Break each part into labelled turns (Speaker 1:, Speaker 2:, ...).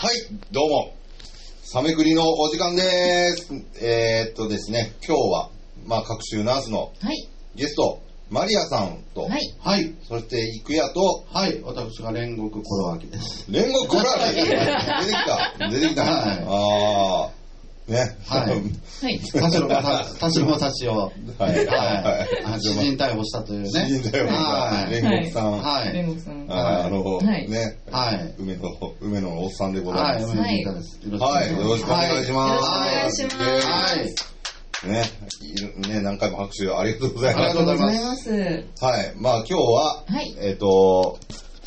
Speaker 1: はい、どうも。サメクリのお時間です。えー、っとですね、今日は、まあ、各週ナースの
Speaker 2: はい。
Speaker 1: ゲスト、マリアさんと、
Speaker 2: はい。
Speaker 3: はい。
Speaker 1: そして、イクヤと、
Speaker 3: はい。私が煉獄コロワキです。
Speaker 1: 煉獄コラーゲン出てきた。出てきた。
Speaker 3: はい
Speaker 1: ああ。ね。
Speaker 3: はい
Speaker 2: はい。
Speaker 3: 田代が、田代も幸を、
Speaker 1: はい。はい。
Speaker 3: はい。あの詩人逮捕したというね。
Speaker 1: 死んだよね
Speaker 3: はい。
Speaker 1: 煉獄さん。
Speaker 3: はい。
Speaker 2: 煉獄さん。は
Speaker 1: あーあの、
Speaker 2: はい
Speaker 1: ね、
Speaker 3: はい。
Speaker 1: 梅の、梅のおっさんでござ
Speaker 3: はいい。
Speaker 1: ます。
Speaker 3: 梅の歌です。よろ
Speaker 1: はい、よろしくお願いします。
Speaker 3: はいよろ
Speaker 2: しくお願いしま
Speaker 3: はい。
Speaker 1: ね、いるね、何回も拍手ありがとうござい
Speaker 3: あ
Speaker 1: ま
Speaker 3: りが
Speaker 1: す
Speaker 3: とうございます
Speaker 2: す。は
Speaker 1: はい、まあ今日は、
Speaker 2: い。
Speaker 1: えっ、と、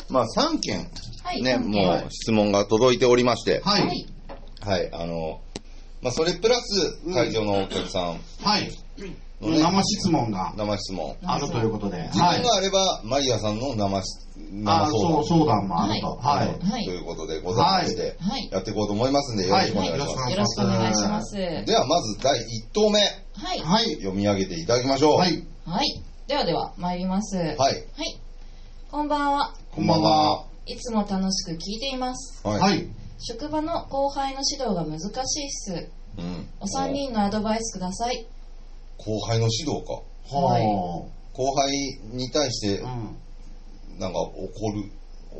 Speaker 1: まあ3件、
Speaker 2: はい。
Speaker 1: ね、
Speaker 2: 関係
Speaker 1: もう質問が届いておりまして、
Speaker 3: は。
Speaker 2: はいい。
Speaker 1: はい、あの、まあそれプラス会場のお客さん
Speaker 3: はい。
Speaker 1: のね、
Speaker 3: 生質問が
Speaker 1: 生質問。
Speaker 3: あるということで。
Speaker 1: 時
Speaker 3: は
Speaker 1: 間
Speaker 3: い。
Speaker 1: があれば、マリアさんの生し、
Speaker 3: あ
Speaker 1: 生相
Speaker 3: ー、そ
Speaker 1: 談
Speaker 3: う、相談もあると。
Speaker 2: は
Speaker 3: はい。
Speaker 2: はい
Speaker 1: ということでございまして、
Speaker 2: はい。
Speaker 1: やっていこうと思いますんで、よろしくお願いしま
Speaker 3: はい
Speaker 2: よろしくお願いします。
Speaker 1: す。ではまず第1投目、
Speaker 2: はい。
Speaker 3: はい。
Speaker 1: 読み上げていただきましょう。
Speaker 3: は。い。
Speaker 2: はい。ではでは、参ります。はい。
Speaker 1: はい。
Speaker 2: こんばんは。
Speaker 3: こんばんは。
Speaker 2: いつも楽しく聞いています。
Speaker 1: はい。
Speaker 3: はい。
Speaker 2: 職場の後輩の指導が難しいっす。
Speaker 1: うん
Speaker 2: お三人のアドバイスください。
Speaker 1: 後輩の指導か。
Speaker 2: はい
Speaker 3: は
Speaker 1: 後輩に対して、
Speaker 3: あ。うん。
Speaker 1: なんか怒る、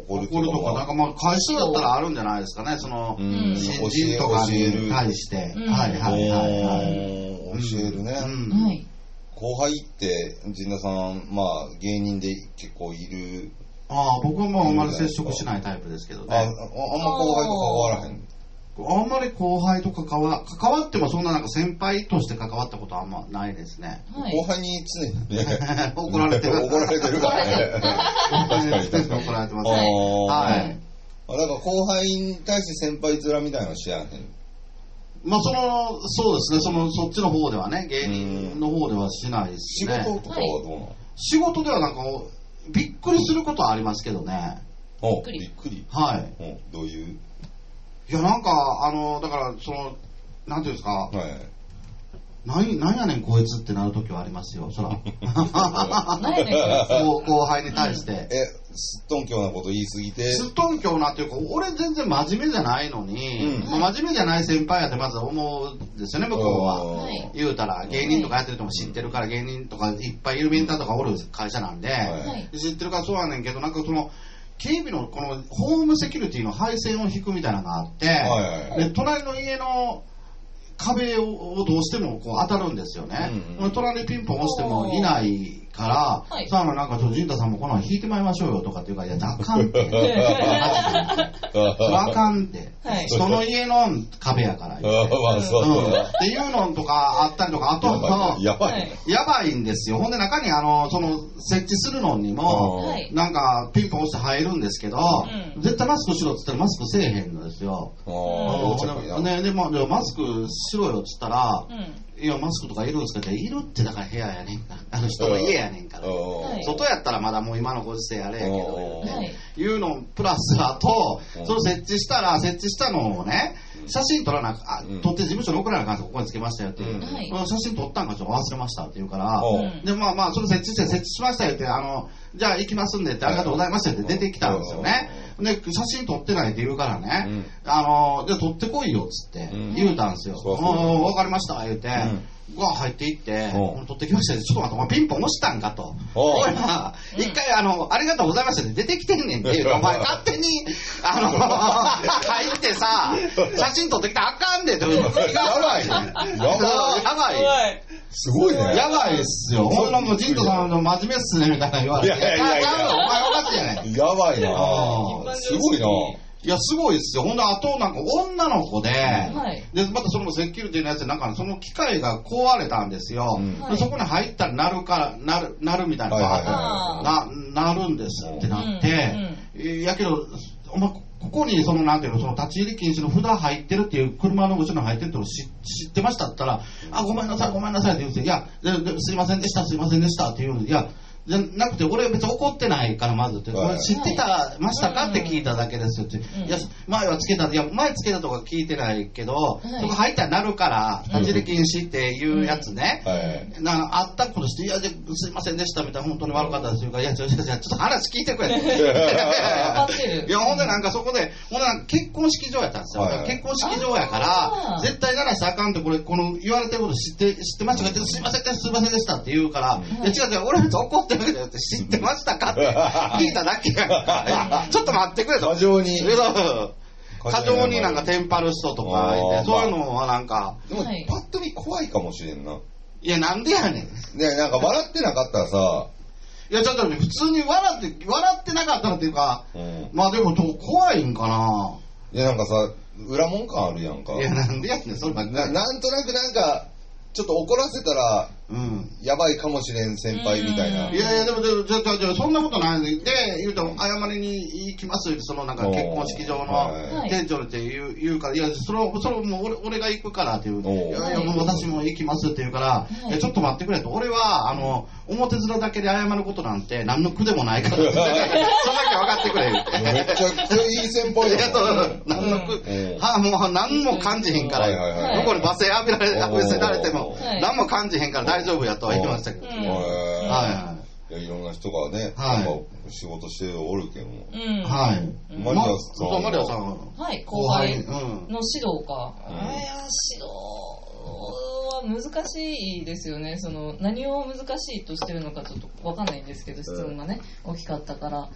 Speaker 1: 怒る
Speaker 3: 怒るとか、なんかまあ、会社だったらあるんじゃないですかね。その
Speaker 1: う、、
Speaker 2: うんん
Speaker 1: 教
Speaker 3: 新
Speaker 1: え
Speaker 3: 人とか
Speaker 1: 教え
Speaker 3: に
Speaker 1: る。
Speaker 3: 対して。
Speaker 2: うん
Speaker 3: はいはいはいはい。
Speaker 1: おー教えるね、
Speaker 3: うん
Speaker 2: はい。
Speaker 1: 後輩って、陣田さん、まあ、芸人で結構いる。
Speaker 3: ああ、僕はもうあんまり接触しないタイプですけど
Speaker 1: あ、ああん
Speaker 3: ね。
Speaker 1: ま後輩と関わらへん。
Speaker 3: あんまり後輩と関わ、関わってもそんななんか先輩として関わったことはあんまないですね。
Speaker 2: は
Speaker 1: 後
Speaker 2: い。
Speaker 1: 輩に常にね、
Speaker 3: 怒られてる。
Speaker 1: 怒られてるからね。
Speaker 3: 怒られて
Speaker 1: 確かに
Speaker 3: 怒られてます。
Speaker 2: は
Speaker 1: あ
Speaker 2: い
Speaker 3: はい。
Speaker 1: ーあ。なんか後輩に対して先輩面みたいなのしやへん。
Speaker 3: まあその、そうですね、その、そっちの方ではね、芸人の方ではしないです
Speaker 1: 仕
Speaker 3: ね。
Speaker 1: 事とかはどうなの、
Speaker 3: 仕事ではなんか、びっくりすることはありますけどね。
Speaker 1: お
Speaker 2: びっくり
Speaker 1: びっくり。
Speaker 3: はい。
Speaker 1: おどういう
Speaker 3: いや、なんか、あの、だから、その、なんていうんですか、
Speaker 1: はい。
Speaker 3: なんなんやねんこいつってなるときはありますよ、そら。
Speaker 2: 何やねんこい
Speaker 3: 後後輩に対して。
Speaker 1: え、すっとんきょうなこと言いすぎて。
Speaker 3: すっとんきょうなっていうか、俺全然真面目じゃないのに、
Speaker 1: うん
Speaker 3: まあ真面目じゃない先輩やってまず思うんですよね、向こうは。
Speaker 1: おー
Speaker 2: はい
Speaker 3: 言うたら、芸人とかやってる人も知ってるから、芸人とかいっぱいいるメンターとかおる会社なんで、
Speaker 1: はい
Speaker 2: はい。
Speaker 3: 知ってるからそうやねんけど、なんかその、警備のこのホームセキュリティの配線を引くみたいなのがあって、
Speaker 1: はいはい
Speaker 3: で隣の家の壁をどうしてもこう当たるんですよね、
Speaker 1: うんうん
Speaker 3: 隣にピンポン押してもいないから、
Speaker 2: はい
Speaker 3: さあなんかちょっと陣太さんもこのま引いてまいりましょうよとかっていうから、いや、あかんって、 それあかんって、
Speaker 2: はい。
Speaker 3: 人の家の壁やから、言うて
Speaker 1: まあ、そう
Speaker 3: う
Speaker 1: そ
Speaker 3: ん
Speaker 1: う。
Speaker 3: っていうのとかあったりとか、あとは、
Speaker 1: やば
Speaker 2: はいい。
Speaker 3: やばいんですよ。ほんで中にあの、その、設置するのにも、
Speaker 2: はい。
Speaker 3: なんか、ピンポン押して入るんですけど、
Speaker 2: うん
Speaker 3: 絶対マスクしろっつったらマスクせえへんのですよ。
Speaker 1: ああ、
Speaker 2: うん
Speaker 1: 横着や。
Speaker 3: ね、でも、でもマスクしろよっつったら
Speaker 2: う、ん。
Speaker 3: いや、マスクとかいるんですかって、いるってだから部屋やねんから、あの人の家やねんから。
Speaker 2: はい
Speaker 3: 外やったらまだもう今のご時世あれや
Speaker 1: う
Speaker 3: けど、
Speaker 1: ん
Speaker 2: はい。
Speaker 3: いうのプラスあと
Speaker 1: う、ん
Speaker 3: その設置したら、設置したのをね、写真撮らな、あ
Speaker 1: うん
Speaker 3: 撮って事務所に送らなあかんとここにつけましたよっていうう。
Speaker 1: ん
Speaker 2: はい。
Speaker 3: 写真撮ったんかちょっと忘れましたって言うから、
Speaker 1: うん
Speaker 2: うん
Speaker 3: で、まあまあ、それ設置して、設置しましたよって、あの、じゃあ行きますんでって、ありがとうございましたって出てきたんですよね。で、写真撮ってないって言うからね、あの、じゃあ撮ってこいよっつって
Speaker 1: うん
Speaker 3: 言うたんですよ。
Speaker 1: そううそうん
Speaker 3: わかりました、言うて、うわ、入っていって、
Speaker 1: うん
Speaker 3: 撮ってきましたよちょっと待って、お前ピンポン押したんかと。お前な、
Speaker 2: うん
Speaker 3: 一回あの、ありがとうございましたって出てきてんねんっていうか、お前勝手に、あの、入ってさ、写真撮ってきたらあかんでって。やばい。
Speaker 1: や
Speaker 3: や
Speaker 1: ばい。
Speaker 3: ばい。
Speaker 1: すごいね。
Speaker 3: やばいっすよ。ほんなもう、ジントさんの真面目っすね、みたいな言われて。
Speaker 1: いやいやいや
Speaker 3: ちゃうよお前おかしいやない。
Speaker 1: やばい
Speaker 3: あ
Speaker 1: な。
Speaker 3: ー
Speaker 1: すごいな。
Speaker 3: いや、すごいっすよ。ほんで、あと、なんか、女の子で、
Speaker 2: はい。
Speaker 3: で、またそのセキュリティのやつで、なんか、その機械が壊れたんですよ。
Speaker 1: うん
Speaker 2: はい
Speaker 3: でそこに入ったら、なるから、なる、なるみたいな、
Speaker 1: はいはい
Speaker 3: な、なるんですってなって、えーやけど、お前、ここに、その、なんていうの、その、立ち入り禁止の札入ってるっていう、車の後ろに入ってるっての知知ってましたって言ったら、あ、ごめんなさい、ごめんなさいって言うんですよ。いや、でですいませんでした、すいませんでしたって言うんですいや、じゃなくて、俺は別に怒ってないから、まずって、
Speaker 1: はい
Speaker 3: これ知ってた、ましたかって聞いただけですよって、
Speaker 2: ん
Speaker 3: いや、前はつけた、いや、前つけたとか聞いてないけど、
Speaker 2: い
Speaker 3: とか入ったらなるから、立ち入り禁止っていうやつね、
Speaker 1: はい。
Speaker 3: なあったことして、いや、じゃすいませんでしたみたいな、本当に悪かったですよいや、ちょ、ちょ、ちょちょっと話聞いてくれ
Speaker 2: かってる
Speaker 3: いや、ほんでなんかそこで、ほんでなんか結婚式場やったんですよ。
Speaker 1: はい
Speaker 3: だから結婚式場やから
Speaker 2: あ、ー
Speaker 3: 絶対ならさあかんって、これ、この言われてること知って、知ってましたかって、すいませんでした、すいませんでしたって言うから、い、や、違う違う、俺別に怒ってるわけじゃなくて、知ってましたかって聞いただけやから、ちょっと待ってくれと。
Speaker 1: 過剰に
Speaker 3: そう過剰になんかテンパる人とかい
Speaker 1: あー
Speaker 3: て、そういうのはなんか、
Speaker 1: でも、
Speaker 2: はい
Speaker 1: パッと見怖いかもしれんな。ね
Speaker 3: いや、なんでやねん。
Speaker 1: なんか笑ってなかったらさ、
Speaker 3: いや、ちょっとね普通に笑って、笑ってなかったらっていうか、
Speaker 1: うん。
Speaker 3: まあでも、どう怖いんかない
Speaker 1: や、なんかさ、裏門感あるやんか。
Speaker 3: いや、なんでやねん、そればっか
Speaker 1: な
Speaker 3: り。
Speaker 1: なんとなくなんか、ちょっと怒らせたら、
Speaker 3: うん。
Speaker 1: やばいかもしれん先輩みたいな。
Speaker 2: うん
Speaker 3: いやいや、でも、でも、ちょ、ちょ、ちょ、そんなことないで、で、言うと、謝りに行きますよ、その、なんか、
Speaker 1: おー
Speaker 3: 結婚式場の
Speaker 1: はい
Speaker 3: 店長って言う言うから、いや、それを、それをもう俺、俺が行くからっていう、
Speaker 1: おー
Speaker 3: いやいや、もう私も行きますって言うから、
Speaker 2: い
Speaker 3: いやちょっと待ってくれと、俺は、あの、表面だけで謝ることなんて、何の苦でもない から、それだけ分かってくれ、言うて。
Speaker 1: めちゃくちゃいい先輩
Speaker 3: いや
Speaker 1: や
Speaker 3: そ
Speaker 1: な
Speaker 3: う何の苦
Speaker 1: うん
Speaker 3: はもう何も感じへんから、
Speaker 1: はいはいはい
Speaker 3: どこに罵声浴びられ
Speaker 1: おー
Speaker 3: 浴びせられても
Speaker 2: はい、
Speaker 3: 何も感じへんから大丈夫やとは言ってましたけど。
Speaker 2: う
Speaker 3: は
Speaker 2: ん
Speaker 1: へ
Speaker 3: い
Speaker 1: ー
Speaker 3: はい
Speaker 1: や、いろんな人がね、
Speaker 3: はい
Speaker 1: なんか仕事しておるけども。
Speaker 2: うん。
Speaker 3: い。はい。
Speaker 2: うん
Speaker 1: マリアさん
Speaker 3: そうマリアさんは
Speaker 2: はい、後輩
Speaker 3: う
Speaker 2: の
Speaker 3: ん。
Speaker 2: 指導か。
Speaker 1: うん
Speaker 2: いや、指導は難しいですよね。その、何を難しいとしてるのかちょっとわかんないんですけど、質問がね、大きかったから。後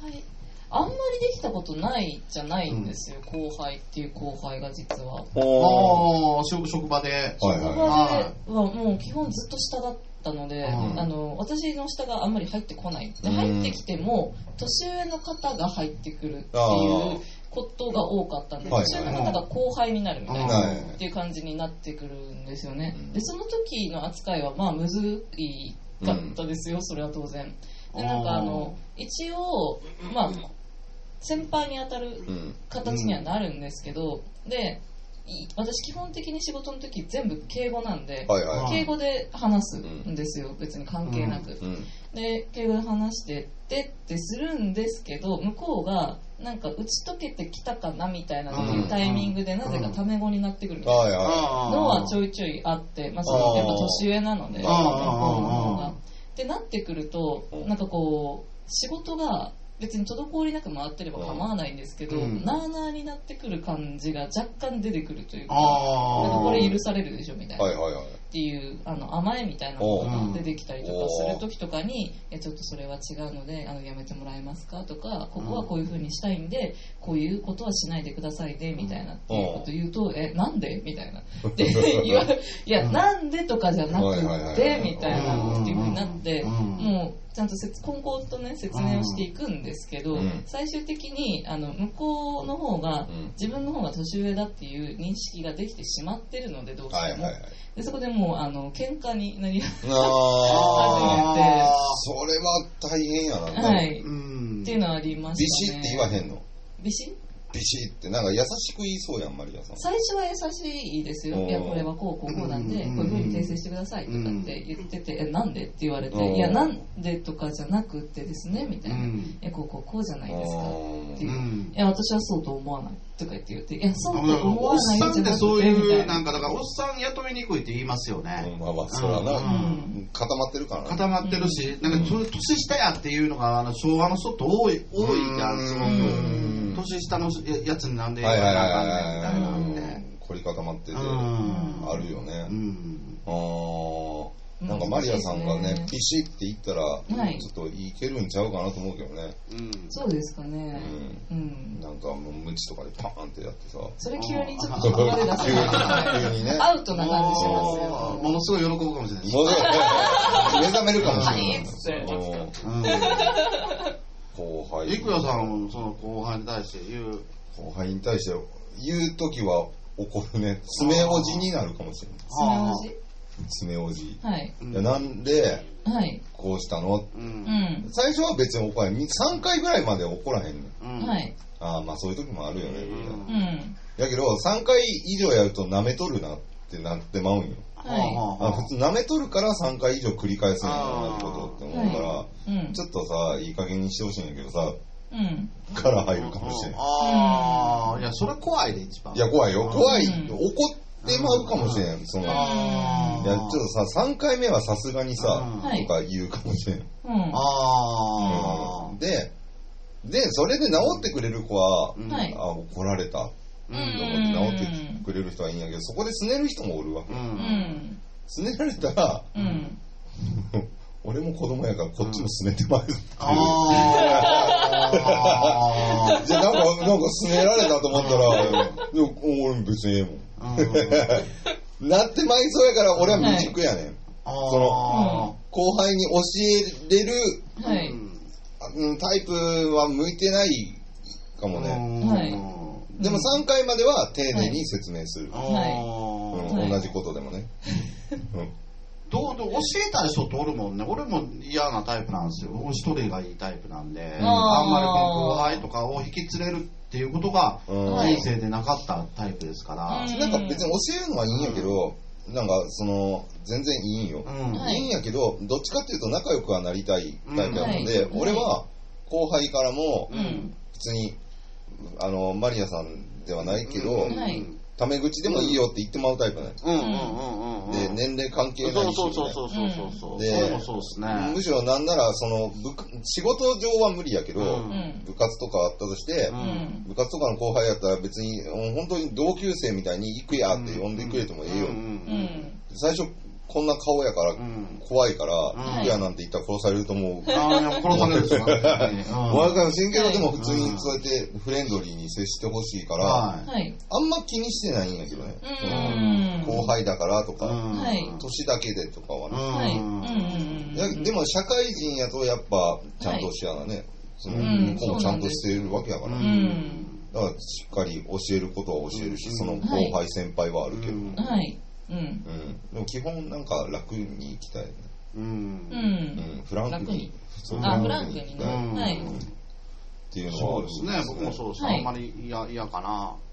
Speaker 2: 輩、あんまりできたことないじゃないんですよ、後輩っていう後輩が実は。
Speaker 1: おー
Speaker 3: ああ、職職場で。
Speaker 1: はい
Speaker 2: 職場で
Speaker 1: は
Speaker 2: はもう基本ずっと下だったので、
Speaker 3: うん
Speaker 2: あの私の下があんまり入ってこないで
Speaker 1: うん
Speaker 2: 入ってきても年上の方が入ってくるって
Speaker 1: あ
Speaker 2: い
Speaker 1: ー
Speaker 2: うことが多かったんで
Speaker 1: はい
Speaker 2: 年上の方が後輩になるみたい
Speaker 1: い。
Speaker 3: うん
Speaker 2: な。
Speaker 1: はい。
Speaker 2: っていう感じになってくるんですよね
Speaker 1: うん。
Speaker 2: で、その時の扱いは、まあ、むずいかったですよ、それは当然。で、なんか、あの、一応、まあ、先輩に当たる
Speaker 1: うん。
Speaker 2: 形にはなるんですけど、でい私基本的に仕事の時全部敬語なんで、
Speaker 1: はいは
Speaker 3: あ
Speaker 1: い。
Speaker 2: 敬語で話すんですよ別に関係なく、
Speaker 1: うん。
Speaker 2: で敬語で話してってってするんですけど向こうがなんか打ち解けてきたかなみたいなっていうタイミングで
Speaker 3: うん
Speaker 2: なぜかタメ語になってくるみたいな
Speaker 1: はいは
Speaker 3: あ
Speaker 2: のはち
Speaker 3: ょ
Speaker 2: ょいちょいあって、まあ、そのやっぱ年上なので向
Speaker 3: あー
Speaker 2: こうの方
Speaker 3: あ
Speaker 2: が
Speaker 3: ー。
Speaker 2: ってなってくると
Speaker 1: うん
Speaker 2: なんかこう仕事が別に滞りなく回ってれば構わないんですけど、
Speaker 3: うん
Speaker 2: なあなあになってくる感じが若干出てくるというか。なんか
Speaker 3: ああ。
Speaker 2: これ許されるでしょみたい
Speaker 1: い。
Speaker 2: な、
Speaker 1: は
Speaker 2: っ
Speaker 1: いはいはい。
Speaker 2: ていうあの甘えみたいなのが出てきたりとかする時とかにえちょっとそれは違うのであのやめてもらえますかとかここはこういう風にしたいんでこういうことはしないでくださいねみたいなっていうこと言うとえなんでみたいなって言われいや、
Speaker 3: うん
Speaker 2: なんでとかじゃな
Speaker 1: はいはいは
Speaker 2: く
Speaker 1: いは
Speaker 2: て
Speaker 1: い
Speaker 2: みたいなっていうふうになって、
Speaker 3: うん
Speaker 2: もうちゃんと説根本とね説明をしていくんですけど、
Speaker 1: うん
Speaker 2: 最終的にあの向こうの方が
Speaker 1: うん
Speaker 2: 自分の方が年上だっていう認識ができてしまってるのでどうしても、
Speaker 1: はいはいはい。
Speaker 2: でそこでもうあの喧嘩になり
Speaker 1: あー。
Speaker 2: 初めて
Speaker 1: それは大変やな。
Speaker 2: は。い、
Speaker 3: う
Speaker 2: っ
Speaker 3: ん。
Speaker 2: ていうのはありま
Speaker 1: ビ
Speaker 2: し
Speaker 1: シ
Speaker 2: たね
Speaker 1: って言わへんの。
Speaker 2: ビシッ
Speaker 1: ビシって、なんか優しく言いそうやん、マリアさん。
Speaker 2: 最初は優しいですよ、
Speaker 1: うん
Speaker 2: いやこれはこうこうこうなんで、
Speaker 3: うん
Speaker 2: こういうふうに訂正してくださいとかって言ってて、えなんでって言われて、
Speaker 1: うん
Speaker 2: いや、なんでとかじゃなくってですねみたいな、
Speaker 3: うん
Speaker 2: えこうこうこうじゃないですかってい
Speaker 3: う
Speaker 2: う、
Speaker 3: ん
Speaker 2: いや、私はそうと思わないとか言って言って、いや、そう
Speaker 3: あだから
Speaker 2: と思
Speaker 3: お
Speaker 2: わ
Speaker 3: っ
Speaker 2: ない
Speaker 3: さん
Speaker 2: じゃ
Speaker 3: って
Speaker 2: なく
Speaker 3: そう
Speaker 2: てみた
Speaker 3: い、
Speaker 2: いうな。
Speaker 3: なんか、だから、おっさん雇いにくいって言いますよね。
Speaker 1: うんまあまあ、そら
Speaker 3: う
Speaker 1: な。
Speaker 3: ん
Speaker 1: 固まってるからな。
Speaker 3: 固まってるし、なんか、それ年下やっていうのが、あの昭和の人って多い、多いじゃん、すご
Speaker 1: う
Speaker 3: く
Speaker 1: ん。
Speaker 3: 年下のやつになんで言
Speaker 1: は
Speaker 3: わ
Speaker 1: いは
Speaker 3: ない
Speaker 1: はい
Speaker 3: あかんねんみたい
Speaker 1: は
Speaker 3: なっ
Speaker 1: い
Speaker 3: て。。
Speaker 1: 凝り固まってて。
Speaker 3: うん。
Speaker 1: あるよね。
Speaker 3: うん。
Speaker 1: あーなんかマリアさんが
Speaker 2: 難しい
Speaker 1: ね
Speaker 2: で、す
Speaker 1: ビシって言ったら、
Speaker 2: はい
Speaker 1: ちょっといけるんちゃうかなと思うけどね。
Speaker 3: うん
Speaker 2: そうですかね。
Speaker 1: う
Speaker 2: うん。
Speaker 1: なんかもう無知とかでパーンってやってさ。
Speaker 2: それ急にちょっと
Speaker 1: 急
Speaker 2: 引っ張り出す から
Speaker 1: に急にね。
Speaker 2: アウトな感じします
Speaker 3: もうも
Speaker 2: よ。
Speaker 3: のすごい喜ぶかもしれないし。
Speaker 1: もう目覚めるかもし れ
Speaker 2: はいっつって
Speaker 1: ないうん。後輩。
Speaker 3: いくやさんもその後輩に対して言う、
Speaker 1: 後輩に対して言うときは怒るね。爪おじになるかもしれない。
Speaker 2: 爪おじ
Speaker 1: 爪おじ。い
Speaker 2: はい。
Speaker 3: うん
Speaker 1: や、なんで、
Speaker 2: はい。
Speaker 1: こうしたの
Speaker 3: う。
Speaker 2: うんん。
Speaker 1: 最初は別に怒らへん。3回ぐらいまで怒らへんねん。
Speaker 3: うん
Speaker 2: はい。
Speaker 1: ああ、まあそういう時もあるよね、みたいな
Speaker 2: うん。
Speaker 1: やけど、3回以上やると舐めとるなっってなってまうんよ。
Speaker 2: は
Speaker 1: あ普通舐めとるから3回以上繰り返すんやろうなってことって思うから、
Speaker 2: い。うん。
Speaker 1: ちょっとさ、いい加減にしてほしいんやけどさ、
Speaker 2: うん。
Speaker 1: から入るかもしれない。
Speaker 3: ああ、いや、それ怖いで、一番。
Speaker 1: いや、怖いよ。怖い。
Speaker 2: うん
Speaker 1: 怒ってまうかもしれん。そんな。い
Speaker 3: あー
Speaker 1: や、ちょっとさ、3回目はさすがにさ、
Speaker 2: はい
Speaker 1: とか言うかもしれん。
Speaker 2: うん。
Speaker 3: あー
Speaker 1: で、で、それで治ってくれる子は、
Speaker 3: うん
Speaker 2: はい
Speaker 1: あ、怒られた。
Speaker 3: う
Speaker 1: と
Speaker 3: ん
Speaker 1: 思って治ってくれる人はいいんやけど、そこで拗ねる人もおるわけ
Speaker 3: う。
Speaker 2: うんん。
Speaker 1: 拗ねられたら、
Speaker 2: うん。
Speaker 1: 俺も子供やからこっちも拗ねてまうっていう。
Speaker 3: あー
Speaker 1: じゃあなんか、なんか拗ねられたと思ったら、でも俺別にええも
Speaker 3: うん
Speaker 1: ん。なってまいそうやから、俺は未熟やねん。
Speaker 3: あ
Speaker 1: 後輩に教えれる
Speaker 3: ー
Speaker 2: はい。
Speaker 1: あうんタイプは向いてないかもね。
Speaker 3: うん
Speaker 2: はい
Speaker 1: でも3回までは丁寧に説明する。
Speaker 3: あー
Speaker 1: うん
Speaker 2: はい
Speaker 1: 同じことでもね。うん
Speaker 3: どうどう教えたり人っておるもんね。俺も嫌なタイプなんですよ。俺一人がいいタイプなんで、
Speaker 2: あー
Speaker 3: あんまりこの後輩とかを引き連れるっていうことが
Speaker 1: うん
Speaker 2: はい
Speaker 3: 人生でなかったタイプですから。
Speaker 1: なんか別に教えるのはいいんやけど、なんかその、全然いいんよ。
Speaker 3: うん
Speaker 2: はい
Speaker 1: い、いんやけど、どっちかっていうと仲良くはなりたいタイプなので、
Speaker 2: うんはい
Speaker 1: 俺は後輩からも
Speaker 2: う、ん。
Speaker 1: 普通に、あの、マリアさんではないけど、
Speaker 3: うん
Speaker 2: はい
Speaker 1: タメ口でもいいよって言ってもらうタイプね。
Speaker 3: うんうんうんうん。
Speaker 1: で、年齢関係
Speaker 3: そ
Speaker 1: な
Speaker 3: う
Speaker 1: いし、ね。
Speaker 3: そうそうそうそうそうそう。
Speaker 1: で
Speaker 3: それもそうですね。
Speaker 1: むしろなんなら、その、部仕事上は無理やけど、
Speaker 3: うん
Speaker 2: うん。
Speaker 1: 部活とかあったとして、
Speaker 3: う
Speaker 2: う
Speaker 3: ん
Speaker 2: ん。
Speaker 1: 部活とかの後輩やったら別に、うん本当に同級生みたいに行くやって呼んでくれてもええよ。
Speaker 3: うんうん
Speaker 2: う
Speaker 3: うん
Speaker 2: ん。
Speaker 1: 最初、こんな顔やから
Speaker 3: う、ん
Speaker 1: 怖いから、
Speaker 3: ん
Speaker 1: 行くやなんて言ったら殺されると思う。
Speaker 3: ああ、いや殺されるっすよね。
Speaker 1: 怖い
Speaker 3: は
Speaker 1: かもしれんけど、
Speaker 2: はい
Speaker 1: でも普通にそうやってフレンドリーに接してほしいから、
Speaker 3: い。
Speaker 2: はい。
Speaker 1: あんま気にしてないんやけどね。
Speaker 2: うん。
Speaker 1: 後輩だからとか、
Speaker 3: うん
Speaker 2: はい
Speaker 1: 年だけでとかはね。
Speaker 2: はい。う
Speaker 3: うん
Speaker 2: ん。
Speaker 1: いやでも社会人やとやっぱちゃんとしやなね、その
Speaker 3: うん
Speaker 1: 向こうもちゃんとしてるわけやか
Speaker 3: う
Speaker 1: ら、
Speaker 2: ん
Speaker 1: だからしっかり教えることは教えるし、
Speaker 3: うん
Speaker 1: その後輩先輩はあるけど、うん
Speaker 3: ん
Speaker 2: はい。うん。
Speaker 1: でも基本なんか楽に行きたいね、
Speaker 3: う
Speaker 2: うんん。
Speaker 1: うん、フランク
Speaker 2: 楽
Speaker 1: に
Speaker 2: に
Speaker 1: そう
Speaker 2: あ、フランクにね。
Speaker 3: うん
Speaker 2: はい。
Speaker 1: っていうのは
Speaker 3: そ
Speaker 1: あ
Speaker 3: う
Speaker 1: る
Speaker 3: ですね、僕もそうです。
Speaker 2: はい
Speaker 3: あんまり嫌嫌か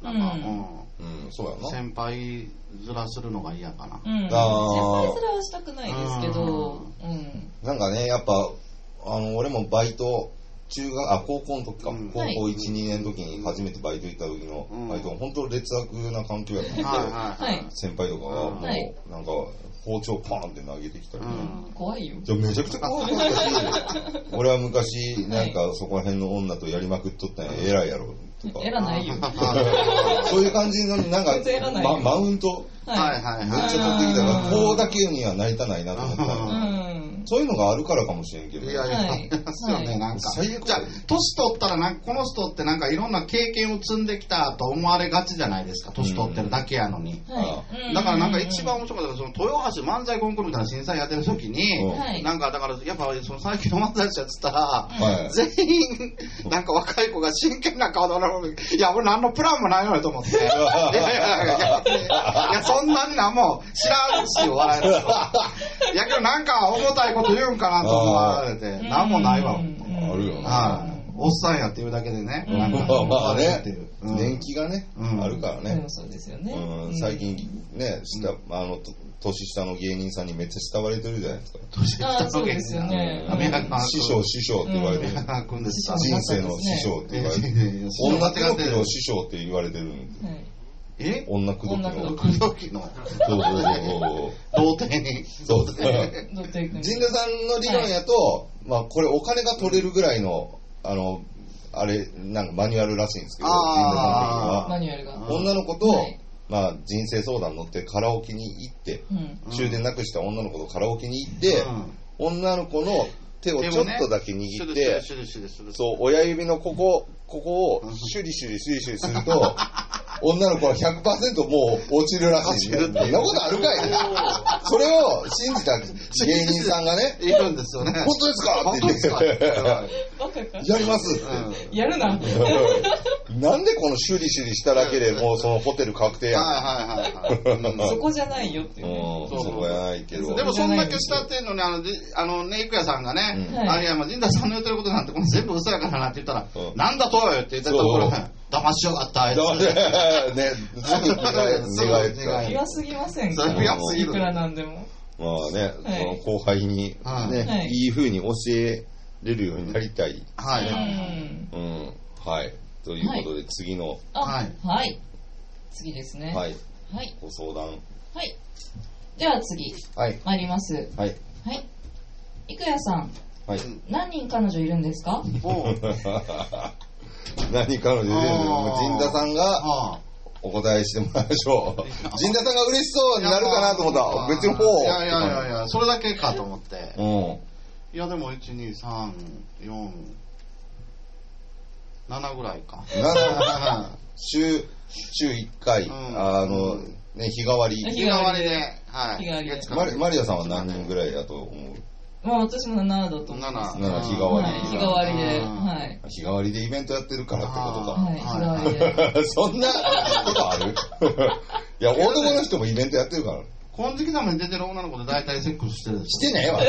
Speaker 3: な。なんか、
Speaker 2: う
Speaker 1: うん、そうや
Speaker 3: うん
Speaker 1: な
Speaker 3: 先輩ずらするのが嫌かな。
Speaker 2: うん。先
Speaker 1: あー
Speaker 2: 輩すらはしたくないですけど、うん。
Speaker 1: なんかねやっぱあの俺もバイト中学あ高校の時か、
Speaker 3: うん
Speaker 1: 高校
Speaker 2: はい
Speaker 1: 12、年の時に初めてバイト行った時の
Speaker 3: うん
Speaker 1: バイト、本当劣悪な環境やったんで、
Speaker 3: はいはい
Speaker 2: は
Speaker 3: はいい。
Speaker 1: 先輩とかがもう、
Speaker 2: はい
Speaker 1: なんか包丁パーンって投げてきたりね、
Speaker 3: うん
Speaker 2: 怖いよ。
Speaker 1: じゃあめちゃくちゃ怖かったし俺は昔なんかそこら辺の女とやりまくっとったんや偉いやろとか
Speaker 2: えらないよ。
Speaker 1: そういう感じのなんか
Speaker 2: 全然偉ない
Speaker 1: ママウント
Speaker 3: はい
Speaker 2: い。
Speaker 3: はい
Speaker 1: めっ
Speaker 3: は
Speaker 1: ちゃ取ってきたか
Speaker 2: う
Speaker 1: ら
Speaker 2: ん
Speaker 1: こうだけにはなりたないなと思ったん
Speaker 2: う
Speaker 1: や
Speaker 2: ん。
Speaker 1: そういうのがあるからかもしれんけど
Speaker 3: い。いやい
Speaker 2: は
Speaker 3: や、
Speaker 2: い
Speaker 3: ありますよ
Speaker 2: は
Speaker 3: ね、
Speaker 2: い
Speaker 3: なんか。
Speaker 1: 最悪
Speaker 3: じゃあ年取ったらなんか、この人ってなんかいろんな経験を積んできたと思われがちじゃないですか、年取ってるだけやのに。
Speaker 2: はい。
Speaker 3: だからなんか一番面白かったのは、その豊橋漫才コンクールみたいな審査員やってる時に、
Speaker 1: うん
Speaker 2: はい
Speaker 3: なんかだから、やっぱその最近の漫才師やってたら、
Speaker 1: はい
Speaker 3: 全員、なんか若い子が真剣な顔で笑う。いや、俺何のプランもないのよと思って。いやいやいやいや、いやそんなになんも知らんし、笑えるいやけどなんか重たいこと言うんかなと思われて、
Speaker 2: うん
Speaker 3: なんもないわ。
Speaker 2: うん
Speaker 1: あるよな
Speaker 3: はい。おっさんやっていうだけでね。
Speaker 2: うん
Speaker 3: なんか
Speaker 1: まあまあね
Speaker 3: っていううん
Speaker 1: 年季がね
Speaker 3: うん
Speaker 1: あるから
Speaker 2: で
Speaker 1: ね
Speaker 2: もそうですよね
Speaker 1: う。ん最近ね下あのと年下の芸人さんにめっちゃ慕われてるじゃないですか
Speaker 2: あーそうですよね
Speaker 3: アメリカの
Speaker 1: 師匠師匠って言われてる
Speaker 3: あーくんですか
Speaker 1: 人生の師匠って言われてる
Speaker 3: えー
Speaker 1: 女手書きの師匠って言われてるんです
Speaker 2: はい。
Speaker 3: え
Speaker 1: 女口説きの
Speaker 2: 女口説き
Speaker 3: 僕の時の
Speaker 1: そうそうそう
Speaker 3: 童貞に。
Speaker 1: そう。そうそう。
Speaker 2: 乗っていくんで
Speaker 1: 神田さんの理論やと、まあこれお金が取れるぐらいの、あの、あれ、なんかマニュアルらしいんですけど、
Speaker 3: あ
Speaker 2: マ
Speaker 1: 神
Speaker 2: ニュアルが。
Speaker 1: 田さんの時は。女の子と、
Speaker 2: はい
Speaker 1: まあ人生相談乗ってカラオケに行って、
Speaker 2: うん。
Speaker 3: うん
Speaker 1: 終電なくした女の子とカラオケに行って、
Speaker 3: うん
Speaker 1: 女の子の手をちょっとだけ
Speaker 3: シュ
Speaker 1: 握っ
Speaker 3: ル
Speaker 1: て、
Speaker 3: シュルシュルシュルシュル
Speaker 1: そう、親指のここ、ここをシュリシュリシュリシュリすると、女の子は100%もう落ちるらしい、ね。そ
Speaker 3: 落
Speaker 1: ん
Speaker 3: ちるって
Speaker 1: なことあるかいそれを信じた芸人さんがね、
Speaker 3: いるんですよね。
Speaker 1: 本当ですか
Speaker 3: 本
Speaker 1: って言
Speaker 3: 当で
Speaker 1: っ
Speaker 3: すか
Speaker 1: て、
Speaker 2: バカか。
Speaker 1: やりますって。
Speaker 3: うん
Speaker 2: やるな。
Speaker 1: なんでこのシュリシュリしただけでもうそのホテル確定やん。
Speaker 3: はいはいはいはい。うん
Speaker 2: そこじゃないよっていうね。
Speaker 1: うん、そこやないけど。
Speaker 3: でもそんだけ慕ってんのに、あの、であのね、いくやさんがね、
Speaker 1: うん
Speaker 2: はい
Speaker 3: あいや、まあ、陣田さんの言ってることなんて、この全部嘘やからなって言ったら、
Speaker 1: うん
Speaker 3: なんだとはよって言ってたところ、
Speaker 1: そう
Speaker 3: 騙しやがった、あいつ。
Speaker 1: だ ね、すぐ願い
Speaker 3: は
Speaker 1: 願
Speaker 3: い
Speaker 1: い
Speaker 2: ピュアすぎませんか
Speaker 3: それ
Speaker 1: ピュアす
Speaker 3: ぎる
Speaker 2: いくらなんでも。
Speaker 1: まあね、
Speaker 2: はい
Speaker 1: その後輩に、
Speaker 3: はい
Speaker 1: ね、
Speaker 2: はい
Speaker 1: い、い風に教えれるようになりたい。
Speaker 3: は
Speaker 2: う
Speaker 3: い。
Speaker 2: ん。
Speaker 1: うん。はい。ということで、次の、
Speaker 2: あ、
Speaker 3: は
Speaker 2: はいい。次ですね。
Speaker 1: はい、
Speaker 2: はい。
Speaker 1: ご相談。
Speaker 2: はい。では次、
Speaker 1: はい。
Speaker 2: 参ります。
Speaker 1: はい。
Speaker 2: はい。いくやさん、
Speaker 1: はい。
Speaker 2: 何人彼女いるんですか
Speaker 3: おう
Speaker 1: 何彼女で、
Speaker 3: あー
Speaker 1: 陣田さんが
Speaker 3: あ
Speaker 1: お答えしてもらいましょう。 陣田さんが嬉しそうになるかなと思ったら、別の方を。
Speaker 3: いやいやいやいや、それだけかと思って。
Speaker 1: うん。
Speaker 3: いや、でも、1、2、3、4、7ぐらいか。
Speaker 1: な週、週1回、
Speaker 3: うん
Speaker 1: あの、ね、日替わ り。
Speaker 2: 日
Speaker 3: 日替わりで、はい。
Speaker 2: 日替わりで
Speaker 3: 月から
Speaker 1: マリマリアさんは何人ぐらいだと思う
Speaker 2: まあ私も7だと思う。
Speaker 3: 7
Speaker 2: は
Speaker 1: なら日替わり
Speaker 2: い。日替わりで。
Speaker 3: うん
Speaker 2: はい。
Speaker 1: 日替わりでイベントやってるからってことか。
Speaker 2: はい。日替わりで。
Speaker 1: そんなことある いや、男の人もイベントやってるから。
Speaker 3: 金色玉に出てる女の子で大体セックスしてるでし
Speaker 1: してねえわ。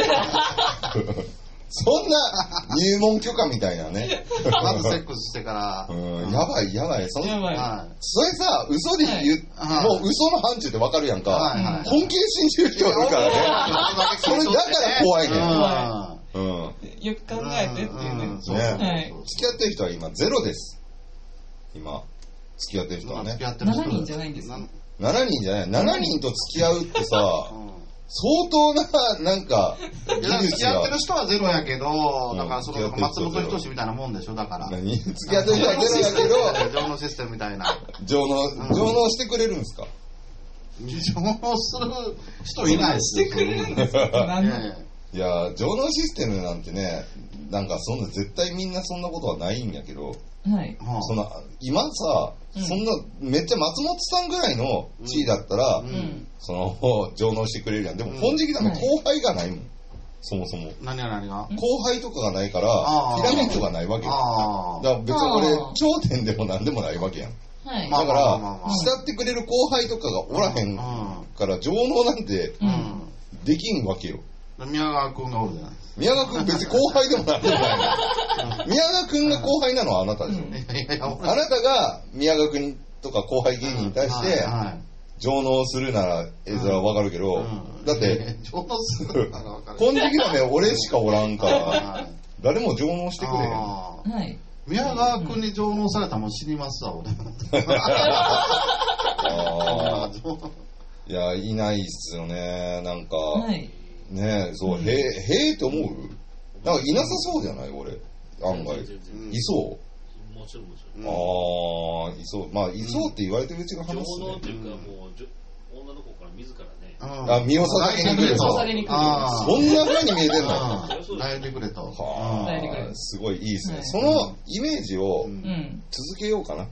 Speaker 1: そんな入門許可みたいなね。
Speaker 3: ょまずセックスしてから
Speaker 1: う。ん、やばいやばい。そん
Speaker 2: やばい。
Speaker 3: は
Speaker 1: それさ、嘘で言う、
Speaker 3: はい
Speaker 1: もう嘘の範疇ってわかるやんか。
Speaker 3: はいはい
Speaker 1: 本気で信じる人いるからね。
Speaker 3: い。
Speaker 1: それだから怖いね
Speaker 3: うん
Speaker 1: うん。
Speaker 2: よく考えてっていうね。
Speaker 3: そうそうそう
Speaker 1: 付き合ってる人は今ゼロです。今、付き合ってる人はね。
Speaker 3: やってる
Speaker 2: 7人じゃないんですか
Speaker 1: 7人じゃない。7人と付き合うってさ
Speaker 3: う、ん
Speaker 1: 相当な、なんか、
Speaker 3: いや
Speaker 1: 技
Speaker 3: だから付
Speaker 1: 術
Speaker 3: き合って
Speaker 1: が
Speaker 3: る。人はゼロやけど、
Speaker 1: うん
Speaker 3: だからその松本人志みたいなもんでしょ、だから。
Speaker 1: 何付き合ってる人はゼロだけ
Speaker 3: ど、情のシステムみたいな。
Speaker 1: ど、上納、上納してくれるんです か
Speaker 3: 情をする人いないです
Speaker 2: してくれるんですか何の
Speaker 1: いやー、上納システムなんてね、なんかそんな、絶対みんなそんなことはないんやけど、
Speaker 2: はい。
Speaker 1: その、今さ、
Speaker 2: うん
Speaker 1: そんな、めっちゃ松本さんぐらいの地位だったら、
Speaker 3: う
Speaker 2: うんん。
Speaker 1: その、上納してくれるやん。でも、
Speaker 3: うん
Speaker 1: 本時期だもん
Speaker 2: はい
Speaker 1: 後輩がないもん。そもそも。
Speaker 3: 何が何が
Speaker 1: 後輩とかがないから
Speaker 3: あ、ー
Speaker 1: ピラミッドがないわけよ。
Speaker 3: あ
Speaker 1: だから別に
Speaker 2: あー
Speaker 1: 俺、頂点でも何でもないわけやん。
Speaker 2: はい。
Speaker 3: まあ
Speaker 1: だから、
Speaker 3: まあまあ
Speaker 1: 慕ってくれる後輩とかがおらへんか
Speaker 3: あ。
Speaker 1: ら、上納なんて
Speaker 3: う。
Speaker 2: うんん
Speaker 3: うん
Speaker 1: できんわけよ。
Speaker 3: 宮川君がおるじゃない
Speaker 1: 宮川くん別に後輩でも何でもないの。宮川くんが後輩なのはあなたでしょ。
Speaker 2: うん
Speaker 3: いやいや俺
Speaker 1: あなたが宮川くんとか後輩芸人に対して、
Speaker 3: はいはい
Speaker 1: 上納するなら絵面はわかるけど、
Speaker 3: うん
Speaker 1: だって、、
Speaker 3: 上手だから 分かる。
Speaker 1: 金色め俺しかおらん から、
Speaker 3: はい
Speaker 1: 誰も上納してくれへん。
Speaker 3: あー
Speaker 2: はい。
Speaker 3: 宮川君に上納されたらもう死にますわ、俺。
Speaker 1: あーいや、いないっすよね、なんか。
Speaker 2: はい。
Speaker 1: ねえ、そう、へえ、へえって思うなんかいなさそうじゃない俺、案外。
Speaker 3: うん
Speaker 1: いそう
Speaker 4: もちろんもち
Speaker 3: うん
Speaker 1: ああ、いそう。まあ、いそうって言われてるうちが
Speaker 4: ろん。
Speaker 1: 話す
Speaker 4: 情能
Speaker 1: ね
Speaker 4: っ。ていうか、もう、じょ女の子から自らね、
Speaker 3: うん
Speaker 1: あ、身を捧げに来る
Speaker 2: 身を
Speaker 1: と。
Speaker 2: 捧げに来る
Speaker 3: あ
Speaker 1: そんな風に見えてんの
Speaker 3: あ
Speaker 1: は
Speaker 3: うん抱いてくれと。
Speaker 2: 抱いてく
Speaker 1: あ
Speaker 2: れ、
Speaker 1: すごいいいですね
Speaker 2: は。い
Speaker 1: そのイメージを
Speaker 3: うん
Speaker 2: うん。
Speaker 1: 続けようかな。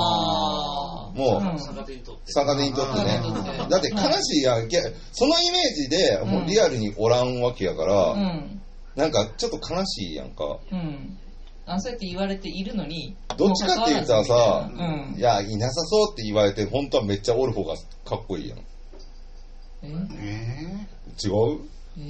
Speaker 2: あー。
Speaker 1: もう
Speaker 2: うん
Speaker 4: 逆手にとって。
Speaker 1: 逆手にとってね
Speaker 2: 逆手にとっ。て
Speaker 1: だって悲しいやん。けそのイメージでもうリアルにおらんわけやか
Speaker 2: う
Speaker 1: ら、
Speaker 2: ん。
Speaker 1: なんかちょっと悲しいやんか。
Speaker 2: うん。あ、そうやって言われているのに。
Speaker 1: どっちかって言ったらさ
Speaker 2: う、ん
Speaker 1: い。や、いなさそうって言われて、本当はめっちゃおる方がかっこいいやん。
Speaker 2: え
Speaker 3: え
Speaker 1: 違う
Speaker 2: え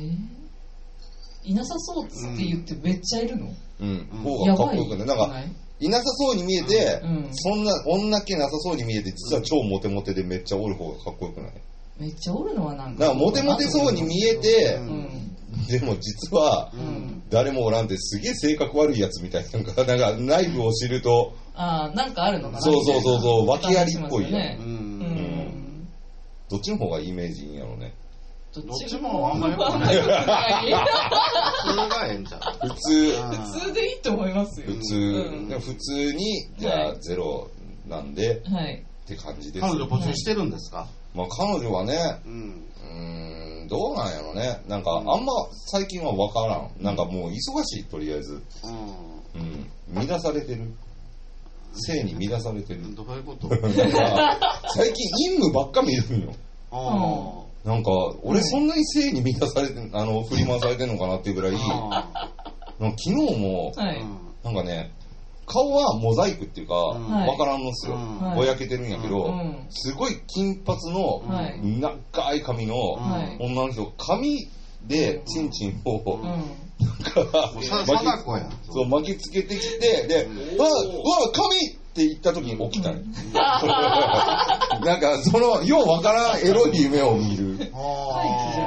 Speaker 2: ーいなさそうっつって言ってめっちゃいるの、
Speaker 1: うん
Speaker 3: うん。
Speaker 1: 方
Speaker 2: や
Speaker 1: がかっ
Speaker 2: ば
Speaker 1: こ
Speaker 2: い
Speaker 1: よくない。なんか、
Speaker 2: い
Speaker 1: いなさそうに見えて、
Speaker 2: うん
Speaker 1: そんな女気なさそうに見えて、実は超モテモテでめっちゃおる方がかっこよくない
Speaker 2: めっちゃおるのはなんか
Speaker 1: なんかモテモテそうに見えて
Speaker 2: う、ん
Speaker 1: でも実は
Speaker 3: う
Speaker 2: うんん
Speaker 1: 誰もおらんってすげえ性格悪いやつみたいな、なんかなんか内部を知ると、
Speaker 2: ああなんかあるのかな
Speaker 1: そうそうそうそう、
Speaker 2: みた
Speaker 1: 訳
Speaker 2: いな
Speaker 1: ありっぽいやん。
Speaker 2: 感
Speaker 3: ー
Speaker 2: じ
Speaker 3: う
Speaker 2: しますよね
Speaker 3: ん
Speaker 1: んどっちの方がイメージいいんやろうね。
Speaker 2: うん
Speaker 3: どっちもあんま良く
Speaker 2: あん
Speaker 3: な
Speaker 2: ま
Speaker 3: い。
Speaker 2: 良くない
Speaker 3: それがええんち ゃう
Speaker 1: 普通、
Speaker 2: 普通でいいと思いますよ
Speaker 1: 普通、
Speaker 2: うん
Speaker 1: でも普通に、じゃあゼロなんで
Speaker 2: はい
Speaker 1: って感じです。
Speaker 3: 彼女募集してるんですか
Speaker 1: まあ彼女はね、
Speaker 3: うん。
Speaker 1: うーん、どうなんやろね。なんか、あんま最近は分からん。なんかもう忙しい、とりあえず。
Speaker 3: う
Speaker 1: うん。乱されてる。性に乱されて る。
Speaker 3: ん。どうい うこと
Speaker 1: なんか、最近陰夢ばっか見るんよ。
Speaker 3: あ
Speaker 1: なんか、俺そんなに性に乱されて、あの、振り回されてんのかなっていうぐらい、なんか
Speaker 3: あ
Speaker 1: 昨日も、
Speaker 2: は
Speaker 3: ー。
Speaker 2: い
Speaker 1: なんかね、顔はモザイクっていうか、
Speaker 3: うん
Speaker 1: 分からんのっすよ。
Speaker 3: うん
Speaker 2: はい
Speaker 1: ぼやけてるんやけ
Speaker 2: う
Speaker 1: ど、
Speaker 2: ん
Speaker 1: すごい金髪の、
Speaker 2: はい
Speaker 1: 長い髪の、
Speaker 2: はい
Speaker 1: 女の人、髪で、チンチンを、
Speaker 2: うん
Speaker 1: なんか
Speaker 3: もうさ貞子やん。
Speaker 1: そう、巻きつけてきて、で、
Speaker 3: う
Speaker 1: うわ、
Speaker 4: おー
Speaker 1: うわ、髪、って行った時に起きたね。なんか、その、ようわからんエロい夢を見る。
Speaker 3: あ
Speaker 2: タイツじゃ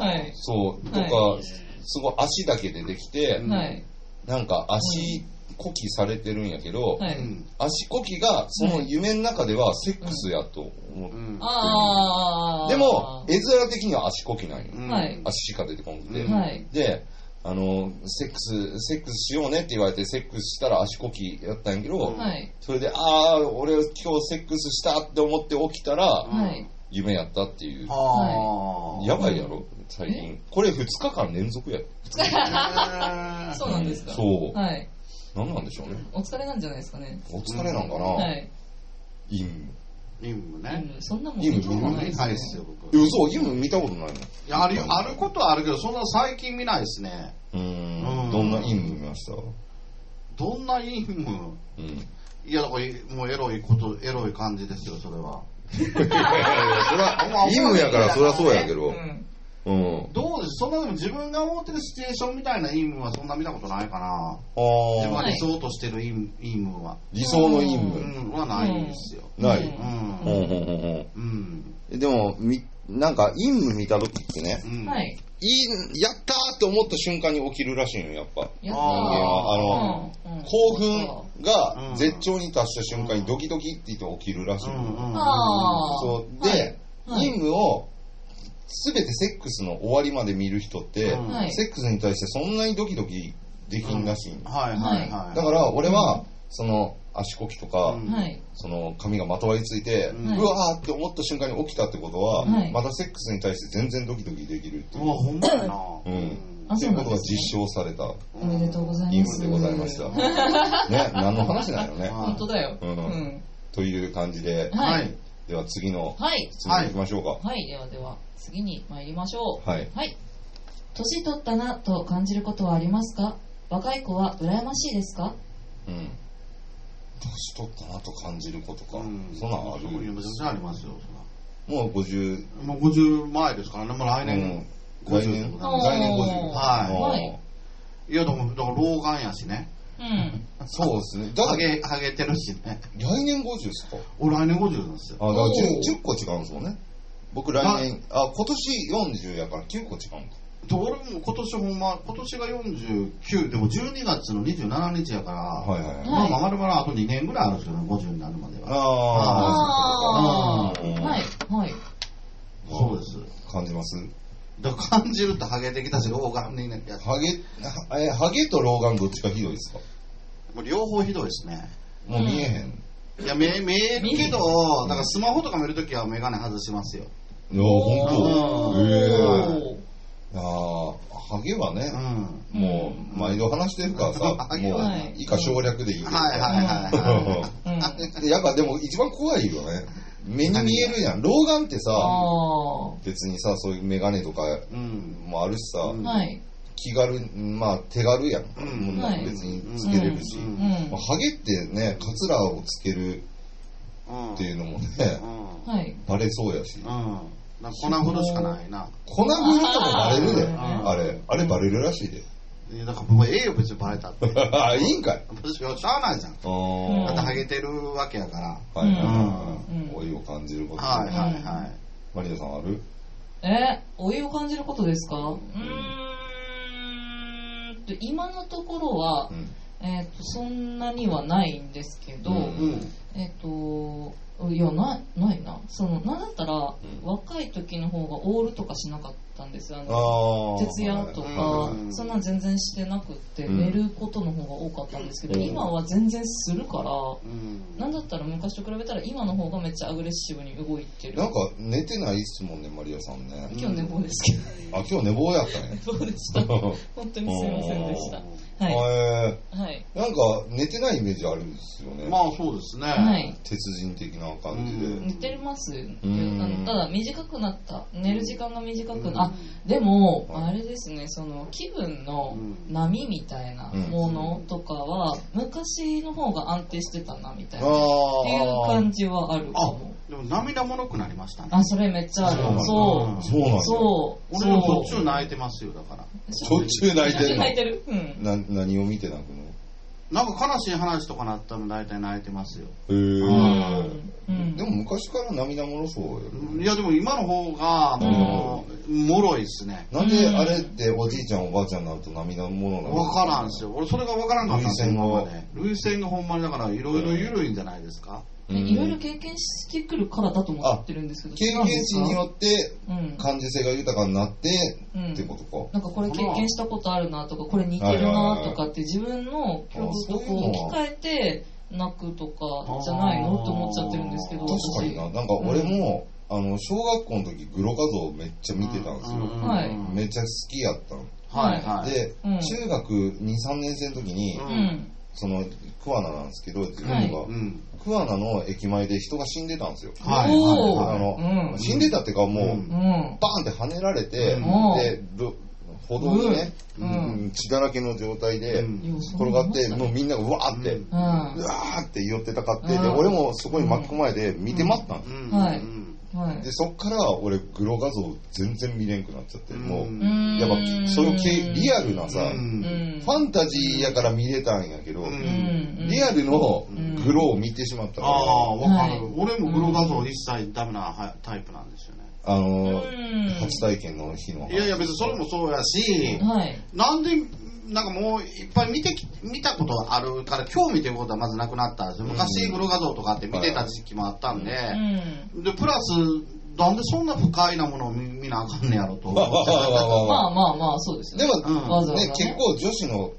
Speaker 2: ないですか。は
Speaker 1: そ
Speaker 2: い。
Speaker 1: う、とか、
Speaker 2: は
Speaker 1: すごい足だけでできて、
Speaker 2: はい。
Speaker 1: なんか足こきされてるんやけど、
Speaker 2: はい。
Speaker 3: うん
Speaker 1: 足こきがその夢の中ではセックスやと思う。
Speaker 3: うん
Speaker 2: ああ。
Speaker 1: でも、絵面的には足こきなんよ。
Speaker 3: うん
Speaker 2: はい
Speaker 1: 足しか出てこなくて。
Speaker 3: うん
Speaker 2: はい。
Speaker 1: で、あの、セックス、セックスしようねって言われて、セックスしたら足こきやったんやけど、
Speaker 2: はい。
Speaker 1: それで、ああ、俺今日セックスしたって思って起きたら、
Speaker 2: はい。
Speaker 1: 夢やったっていう。
Speaker 3: あー
Speaker 1: やばいやろ、最近。これ2日間連続や。
Speaker 3: あ
Speaker 2: そうなんですか。
Speaker 1: そう。
Speaker 2: はい。
Speaker 1: なんなんでしょうね。
Speaker 2: お疲れなんじゃないですかね。
Speaker 1: お疲れなんかな、
Speaker 2: はい。
Speaker 1: イン。
Speaker 3: ー。任務ね。
Speaker 2: うんそんなもん
Speaker 1: いいの
Speaker 2: 見たことない
Speaker 3: ない
Speaker 2: で
Speaker 3: ですす
Speaker 2: よ
Speaker 3: よ、。
Speaker 1: え
Speaker 3: 僕。
Speaker 1: 嘘、イン見たことないの
Speaker 3: いやあるよあることはあるけど、そんな最近見ないですね。
Speaker 1: うー。
Speaker 3: うんん
Speaker 1: どんなイン見ましたう
Speaker 3: どんな任務
Speaker 1: ん。
Speaker 3: いや、だから、もうエロいこと、エロい感じですよ、それは。
Speaker 1: そら、イムやからそりゃそうやけ
Speaker 2: う
Speaker 1: ど。
Speaker 2: ん
Speaker 1: うん。
Speaker 3: どうですそんなでも自分が思ってるシチュエーションみたいな任務はそんな見たことないかな。自分
Speaker 1: あ
Speaker 3: が
Speaker 1: あ。
Speaker 3: 理想としてる任務は。
Speaker 1: 理想のイ
Speaker 3: う
Speaker 1: ム。
Speaker 3: ん、はないですよ。
Speaker 1: な
Speaker 2: う
Speaker 1: い
Speaker 2: ん。
Speaker 3: うん
Speaker 1: うん。うんうん
Speaker 3: うん。
Speaker 1: うん。でも、み、なんか、イム見た時ってね、
Speaker 3: うん。
Speaker 2: はい。
Speaker 1: いい、やったーって思った瞬間に起きるらしいのよ、やっぱ。
Speaker 2: や
Speaker 1: 人間
Speaker 2: ったー
Speaker 1: はあの、
Speaker 2: うんうん
Speaker 1: 興奮が絶頂に達した瞬間にドキドキって言って起きるらし
Speaker 3: う
Speaker 1: いの
Speaker 3: ん
Speaker 1: よ。
Speaker 3: うん。
Speaker 2: あー
Speaker 1: そう。で、
Speaker 2: はい
Speaker 1: 任務を、すべてセックスの終わりまで見る人って、
Speaker 3: うん
Speaker 2: はい
Speaker 1: セックスに対してそんなにドキドキできんらしいの、
Speaker 3: はいはいはい。
Speaker 1: だか、ら俺は、その足こきとか、
Speaker 3: うん
Speaker 2: はい。
Speaker 1: その髪がまとわりついて、う
Speaker 3: うん
Speaker 1: わーって思った瞬間に起きたってことは、
Speaker 2: はい
Speaker 1: またセックスに対して全然ドキドキできるっていう
Speaker 3: うわ、ほんまやな。
Speaker 1: うん
Speaker 2: あ
Speaker 1: って
Speaker 2: そ
Speaker 1: いうう
Speaker 2: な
Speaker 1: こ
Speaker 2: ん
Speaker 1: と
Speaker 2: で
Speaker 1: が
Speaker 2: すね
Speaker 1: 実証された
Speaker 2: おめでとうござい
Speaker 1: 任
Speaker 2: ます。
Speaker 1: 務でございました。ね、何の話なんよね。
Speaker 2: 本当だよ。
Speaker 1: うん
Speaker 2: うん
Speaker 1: という感じで、
Speaker 2: は
Speaker 3: はいい。
Speaker 1: では次の
Speaker 2: はい。
Speaker 1: 質問いきましょうか。
Speaker 2: はい。ではでは、次に参りましょう。
Speaker 1: はい。
Speaker 2: はい。年取ったなと感じることはありますか若い子は羨ましいですか
Speaker 1: うん。年取ったなと感じることか。
Speaker 3: うん
Speaker 1: そんなんあ
Speaker 3: そういう
Speaker 1: る
Speaker 3: のめちゃくちゃありますよ、そら
Speaker 1: もう50、
Speaker 3: もう50前ですからね、もう来年。
Speaker 1: うん来年、
Speaker 3: 50
Speaker 1: 来年50。
Speaker 3: はいいや、でも、だから老眼やしね。
Speaker 2: うん。
Speaker 1: あーそうですね。だか
Speaker 3: ハ
Speaker 1: ら
Speaker 3: ゲ、ハゲてるしね。
Speaker 1: 来年50ですか
Speaker 3: 俺来年50なんですよ。
Speaker 1: あ、だから 10,
Speaker 2: おー
Speaker 1: 10個違うんですもんね。僕来年、あ、今年40やから9個違うんだ。
Speaker 3: で俺も今年ほんま、今年が49、でも12月の27日やから、
Speaker 1: はいはいはい。
Speaker 2: い
Speaker 3: まあまあまるまるあと2年ぐらいあるんですよね、50になるまで
Speaker 1: あ
Speaker 3: は。
Speaker 2: ああ。
Speaker 1: うん
Speaker 2: はい。はい。
Speaker 1: ー
Speaker 3: そうです。
Speaker 1: あ、感じます
Speaker 3: だから感じるとハゲてきたし、老眼になってやつ。
Speaker 1: ハゲ、はえ、ハゲと老眼どっちがひどいですか
Speaker 3: もう両方ひどいですね。
Speaker 1: もう見えへん。
Speaker 3: いや、目、見えるけど、だからスマホとか見るときはメガネ外しますよ。
Speaker 1: いや、ほん
Speaker 3: う
Speaker 1: と。
Speaker 3: ん
Speaker 1: ええ
Speaker 2: おー
Speaker 1: ああ、ハゲはね
Speaker 3: う、ん。
Speaker 1: もう、毎度話してるからさ、
Speaker 3: ハゲ
Speaker 1: もう
Speaker 2: はい、
Speaker 1: 以下省略でいいけどさ
Speaker 3: はいはいはいはい。
Speaker 2: うん。あ
Speaker 1: うん やっぱでも一番怖いよね。目に見えるやん。老眼ってさ、
Speaker 2: あー。
Speaker 1: 別にさ、そういうメガネとか
Speaker 3: うん。
Speaker 1: もあるしさ、
Speaker 3: うん
Speaker 2: はい。
Speaker 1: 気軽に、まあ手軽やん。
Speaker 3: うん
Speaker 1: もうな
Speaker 2: は
Speaker 1: ん
Speaker 2: い
Speaker 1: か別につけれるし。
Speaker 3: う
Speaker 2: うんん。
Speaker 1: まあハゲってね、カツラをつける
Speaker 3: うん。
Speaker 1: っていうのもね、
Speaker 3: うん。
Speaker 2: はい。
Speaker 1: バレそうやし。
Speaker 3: うん。なんか粉振るしかないな。
Speaker 1: 粉振るとかバレるで、
Speaker 2: あ
Speaker 3: ー
Speaker 1: あれ。あれバレるらしいで。
Speaker 3: いやだからもうええよ、別にバレたって。
Speaker 1: あ、いいんかい。
Speaker 3: 別にしゃあないじゃん。
Speaker 1: あ
Speaker 2: ん
Speaker 3: だって
Speaker 1: ー
Speaker 3: ハゲてるわけやから。
Speaker 1: はいは
Speaker 2: うん
Speaker 1: い。老いを感じること。
Speaker 3: はいはいはい。
Speaker 1: マリアさんある
Speaker 2: え、老いを感じることですかうーんと。今のところは
Speaker 1: う、ん。
Speaker 2: えっと、そんなにはないんですけど、
Speaker 1: うん
Speaker 3: うん。
Speaker 2: えっと、いや、ない、ないな。その、なんだったら、
Speaker 1: ん
Speaker 2: 若い時の方がオールとかしなかったんですよ。あの
Speaker 1: ああ。
Speaker 2: 徹夜とか
Speaker 3: う、ん
Speaker 2: そんなん全然してなくって、
Speaker 1: うん
Speaker 2: 寝ることの方が多かったんですけど、
Speaker 1: うん
Speaker 2: 今は全然するから、
Speaker 3: うん。
Speaker 2: なんだったら昔と比べたら今の方がめっちゃアグレッシブに動いてる
Speaker 1: な。んか寝てないっすもんね、マリアさんね。
Speaker 2: 今日寝坊ですけど、。
Speaker 1: あ、今日寝坊やったね
Speaker 2: そうで した。本当にすいませんでした。は
Speaker 1: へ
Speaker 2: い。はい。
Speaker 1: え。なんか寝てないイメージあるんですよね。
Speaker 3: まあそうですね。
Speaker 2: はい。
Speaker 1: 鉄人的な感じで。
Speaker 3: うん
Speaker 2: 寝てますよあ
Speaker 1: ん
Speaker 2: のただ短くなった。寝る時間が短く
Speaker 3: うん
Speaker 2: な、あ、でも、
Speaker 1: はい
Speaker 2: あれですね、その気分の波みたいなものとかは、昔の方が安定してたなみたいな、っていう
Speaker 1: ああ。
Speaker 2: 感じはあるかも。
Speaker 3: でも涙もろくなりましたね。
Speaker 2: あ、それめっちゃある
Speaker 1: そうなん。だ
Speaker 2: そう。
Speaker 1: そうなんだ。
Speaker 2: そう。
Speaker 3: 俺も
Speaker 2: そ
Speaker 3: 途
Speaker 2: う。
Speaker 3: 中泣いてますよ、だから。
Speaker 1: しょっちゅう泣いて
Speaker 2: し
Speaker 1: る
Speaker 2: ょっちゅう
Speaker 1: の
Speaker 2: 泣いてる。うん。
Speaker 1: な何を見て泣くの
Speaker 3: なんか悲しい話とかなったら大体泣いてますよ。
Speaker 1: へー
Speaker 2: うんうん
Speaker 1: でも昔から涙もろそうよ。
Speaker 3: いや、でも今の方が、もう、脆いっすね。
Speaker 1: なんであれっておじいちゃんおばあちゃんになると涙もろなの
Speaker 3: わからんっすよ。俺、それがわからんかったんですよ、
Speaker 1: 涙腺が
Speaker 3: 今まで。涙腺がほんまにだから、いろいろ緩いんじゃないですか。
Speaker 1: うん
Speaker 2: いろいろ経験してくるからだと思ってるんですけど、
Speaker 1: 経
Speaker 2: 違うんで
Speaker 1: 験
Speaker 2: す
Speaker 1: 値
Speaker 2: か
Speaker 1: によって
Speaker 2: うん
Speaker 1: 感受性が豊かになって
Speaker 2: うん
Speaker 1: ってことか。
Speaker 2: なんかこれ経験したことあるなとか、これ似てるなとかって自分の記憶とこう置き換えて泣くとかじゃないのって思っちゃってるんですけど、
Speaker 1: 確かにな。なんか俺も、あの、小学校の時、グロ画像めっちゃ見てたんです
Speaker 3: う
Speaker 1: よ。
Speaker 3: う
Speaker 2: はい
Speaker 1: めっちゃ好きやったの。
Speaker 3: はい、はい。
Speaker 1: で、
Speaker 2: うん
Speaker 1: 中学2、3年生の時に
Speaker 3: う、
Speaker 2: 私。うん。
Speaker 1: その、桑名なんですけど、自分
Speaker 3: う
Speaker 1: が。
Speaker 3: ん。
Speaker 1: 桑名の駅前で人が死んでたんですよ。
Speaker 3: はい
Speaker 2: お
Speaker 1: あ
Speaker 2: ー
Speaker 1: の
Speaker 2: うん。
Speaker 1: 死んでたっていうかもう、
Speaker 3: うん
Speaker 2: うん。
Speaker 1: バーンって跳ねられて、
Speaker 2: うん
Speaker 1: で、ぶ歩道にね、
Speaker 2: う
Speaker 1: うんん血だらけの状態で
Speaker 3: うん
Speaker 1: 転がって、もうみんながうわーって、
Speaker 3: う
Speaker 1: うん
Speaker 2: うん
Speaker 1: わーって寄ってたかって、で、
Speaker 2: うん
Speaker 1: 俺もそこに巻き込まれて見て待ったの。
Speaker 3: うん
Speaker 2: はい
Speaker 3: うん
Speaker 2: はい。
Speaker 1: で、そっから俺、グロ画像全然見れんくなっちゃって、もう、
Speaker 3: ん
Speaker 1: やっぱ、そういう系リアルなさ、
Speaker 3: うん
Speaker 2: うん
Speaker 1: ファンタジーやから見れたんやけど、
Speaker 3: う
Speaker 2: うんん
Speaker 1: リアルの
Speaker 2: うん
Speaker 1: グロを見てしまったから、
Speaker 3: ああ、わかる、
Speaker 2: はい
Speaker 3: 俺もグロ画像一切ダメなはタイプなんですよね。
Speaker 1: あの
Speaker 2: う
Speaker 1: ー、
Speaker 2: ん
Speaker 1: 初体験の日の。
Speaker 3: いやいや、別にそれもそうやし、
Speaker 2: はい。
Speaker 3: なんで、なんかもういっぱい見てき、見たことあるから、興味ということはまずなくなったんですよ。昔、グロ画像とかって見てた時期もあったんで、
Speaker 2: うん。
Speaker 3: で、プラス、なんでそんな不快なものを見見なあかんねやろと思
Speaker 1: わわ
Speaker 3: って。
Speaker 1: わわわわ
Speaker 2: まあまあまあ、そうですよ
Speaker 1: で
Speaker 2: ね。
Speaker 1: も、
Speaker 3: うん
Speaker 2: わざわざ
Speaker 1: ね
Speaker 2: ね、
Speaker 1: 結構女子の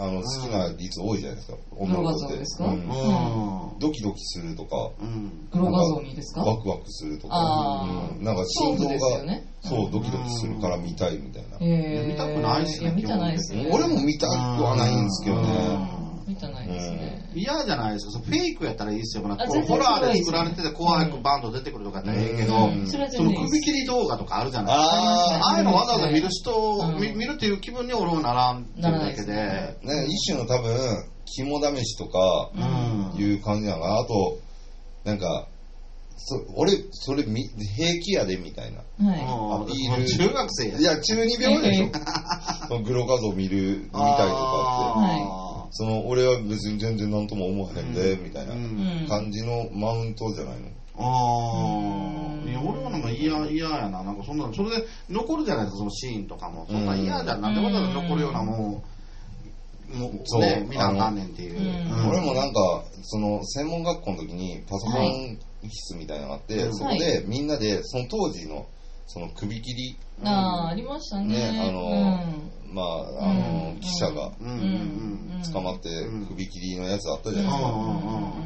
Speaker 1: あの好きな率多いじゃないですか、女の子っ
Speaker 2: グロ画像
Speaker 1: て
Speaker 2: ですか
Speaker 1: うん
Speaker 3: う
Speaker 1: ドキドキするとか
Speaker 3: ん。うん。
Speaker 2: 黒画像にですか
Speaker 1: ワクワクするとか
Speaker 2: あ、ー
Speaker 1: うんなんか
Speaker 2: そ
Speaker 1: 心
Speaker 2: う
Speaker 1: 臓
Speaker 2: ですよ
Speaker 1: が、
Speaker 2: ね。
Speaker 1: そうドキドキするから見たいみたいな、
Speaker 2: えー
Speaker 3: 見たくないっすね
Speaker 2: や、見たないですね。
Speaker 1: 俺も見たくはないんですけどね、
Speaker 2: 見たないですね。
Speaker 3: 嫌じゃないですか。そのフェイクやったらいいですよ。なんか
Speaker 2: あ
Speaker 3: こう
Speaker 2: 全然
Speaker 3: ホラーで
Speaker 2: すご
Speaker 3: 作
Speaker 2: い
Speaker 3: ら
Speaker 2: で
Speaker 3: れ
Speaker 2: すね
Speaker 3: てて、紅白バンド出てくるとかやったらええけど、
Speaker 1: うん
Speaker 2: それは全
Speaker 3: そ
Speaker 2: 然
Speaker 3: の
Speaker 2: いいで
Speaker 3: 首
Speaker 2: す
Speaker 3: 切り動画とかあるじゃないですか。
Speaker 1: あ
Speaker 3: ああいうのわざわざ見る人を、
Speaker 2: うん
Speaker 3: み見るっていう気分に俺はならんっていうだけで。。
Speaker 2: ならない
Speaker 1: ー、ね、一種の多分肝試しとか
Speaker 2: うん
Speaker 1: いうう感じなのかなあとなんかそ俺それみ平気やでみたいな
Speaker 2: は
Speaker 1: アピール
Speaker 3: 中学生や
Speaker 1: いや中二病で しょそのグロ画像見る見たいとかって
Speaker 3: あ
Speaker 1: その俺は別に全然何とも思わへんで、みたい
Speaker 3: ー
Speaker 1: な
Speaker 3: う
Speaker 2: い。うんん。
Speaker 1: 感じのマウントじゃないの、
Speaker 3: ああ、いや、俺はなんか嫌、嫌やな。なんかそんな、それで残るじゃないですか、そのシーンとかも。そんな嫌じゃん。なんでわざわざ残るようなもん、も、
Speaker 1: そうう
Speaker 3: ね、見なあかんねんっていう。
Speaker 2: あ
Speaker 3: うん
Speaker 2: の
Speaker 1: 俺もなんかその専門学校の時にパソコ
Speaker 2: は
Speaker 1: ン室みたいなのがあって、
Speaker 3: うん
Speaker 1: そこでみんなでその当時のその首切り、
Speaker 2: あーありましたね。
Speaker 1: ねあのまああの、
Speaker 2: うん
Speaker 1: 記者が
Speaker 3: うんう
Speaker 2: うん
Speaker 3: ん
Speaker 2: うん
Speaker 1: 捕まって
Speaker 3: うん
Speaker 1: 首切りのやつあったじゃないですか、
Speaker 3: う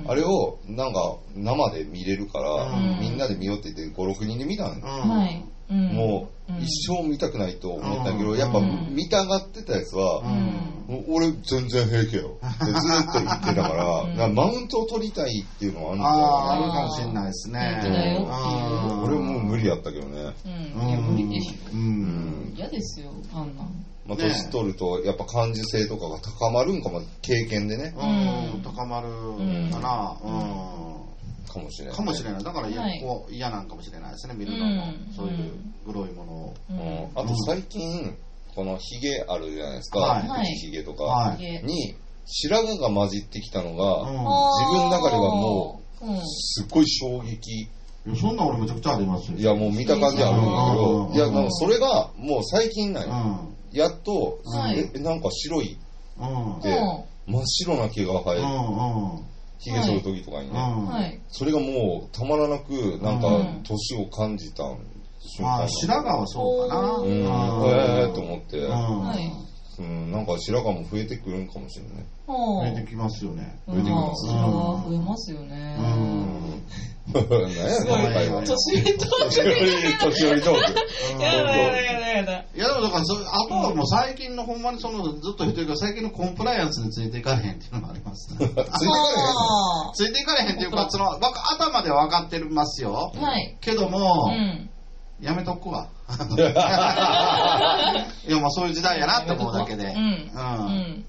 Speaker 3: ん
Speaker 1: あれをなんか生で見れるから、
Speaker 3: うん
Speaker 1: みんなで見ようって言って56人で見たのよ
Speaker 3: うん。
Speaker 2: はい。うん
Speaker 1: もう
Speaker 2: うん
Speaker 1: 一生見たくないと思ったけど、
Speaker 3: うん
Speaker 1: やっぱ
Speaker 2: うん
Speaker 1: 見たがってたやつは、
Speaker 3: う
Speaker 2: うん
Speaker 3: ん
Speaker 1: もう俺全然平気 よ。でずーっと言ってたから、
Speaker 2: うん
Speaker 1: なんかマウントを取りたいっていうの
Speaker 3: ああ、
Speaker 1: はあ
Speaker 3: あ
Speaker 1: る
Speaker 3: る
Speaker 1: んだ
Speaker 3: かもしれないですね。
Speaker 2: 本当だよ
Speaker 1: よ
Speaker 2: あ
Speaker 1: ね。俺もう無理やったけどね。
Speaker 2: うん。いや、無理でし
Speaker 1: う
Speaker 3: う。
Speaker 1: ん
Speaker 2: ょ。
Speaker 1: ん。
Speaker 2: 嫌ですよ、あんな。
Speaker 1: まあ、
Speaker 3: ね
Speaker 1: 年取ると、やっぱ感受性とかが高まるんかも、経験でね。
Speaker 3: うん
Speaker 2: うん
Speaker 3: 高まるかな、う
Speaker 1: かもしれ
Speaker 3: ん
Speaker 1: ない。
Speaker 3: かもし
Speaker 1: な
Speaker 3: れ
Speaker 1: い。
Speaker 3: ないだから、
Speaker 2: はい
Speaker 3: こう嫌なんかもしれないですね見るのも、
Speaker 2: うん
Speaker 3: そういうグロいものを、
Speaker 2: う
Speaker 1: うん
Speaker 2: ん。
Speaker 1: あと最近、このヒゲあるじゃないですか。
Speaker 3: はい
Speaker 2: はい
Speaker 1: ヒゲとか。
Speaker 3: はい
Speaker 2: いえ
Speaker 1: に、白髪が混じってきたの
Speaker 3: う
Speaker 1: が、
Speaker 3: ん
Speaker 2: あー
Speaker 1: 自分の中ではも
Speaker 2: うん、
Speaker 1: すっごい衝撃。
Speaker 3: いやそんなん俺めちゃくちゃありますよ
Speaker 1: いや、もう見た感じあるん
Speaker 3: う
Speaker 1: だ
Speaker 3: ん
Speaker 1: けど、いや、なんかそれがもう最近なん
Speaker 3: う
Speaker 1: よ
Speaker 3: ん
Speaker 1: やっと、
Speaker 2: はい
Speaker 1: えなんか白い、
Speaker 3: うん
Speaker 1: で真っ白な毛が生
Speaker 3: う
Speaker 1: える、
Speaker 3: ん
Speaker 1: ひげ剃る時とかにね、
Speaker 3: うん
Speaker 2: うんはい。
Speaker 1: それがもうたまらなく、なんか
Speaker 2: うん、
Speaker 1: 年を感じた瞬
Speaker 3: ま
Speaker 1: 間
Speaker 3: あ白髪はそうかな
Speaker 2: う
Speaker 1: うんん、
Speaker 3: うん
Speaker 1: えーと思って、
Speaker 3: うん
Speaker 2: はい
Speaker 1: うん、なんか白髪も増えてくるんかもしれない。
Speaker 2: ほう。
Speaker 3: 出てきますよね
Speaker 1: 増えてきます
Speaker 2: うんあー増えますよね。
Speaker 3: うん
Speaker 1: 何や
Speaker 2: す
Speaker 1: こ
Speaker 2: ごい
Speaker 1: の会話。
Speaker 2: 年上と。
Speaker 1: 年寄り、年寄りトーク。
Speaker 2: やだやだやだやだ。
Speaker 3: いやでもだからそれあとはもう最近のほんまにそのずっと言ってるけど最近のコンプライアンスについていかれへんっていうのもありますね
Speaker 1: ついてか
Speaker 2: あ
Speaker 3: ついていかれへんっていうかそのわか頭では分かってますよ
Speaker 2: ーはい。
Speaker 3: けど
Speaker 2: う
Speaker 3: も、
Speaker 2: ん。
Speaker 3: やめとくわ。いや、まあそういう時代やなって思うだけで。
Speaker 2: うん
Speaker 3: ん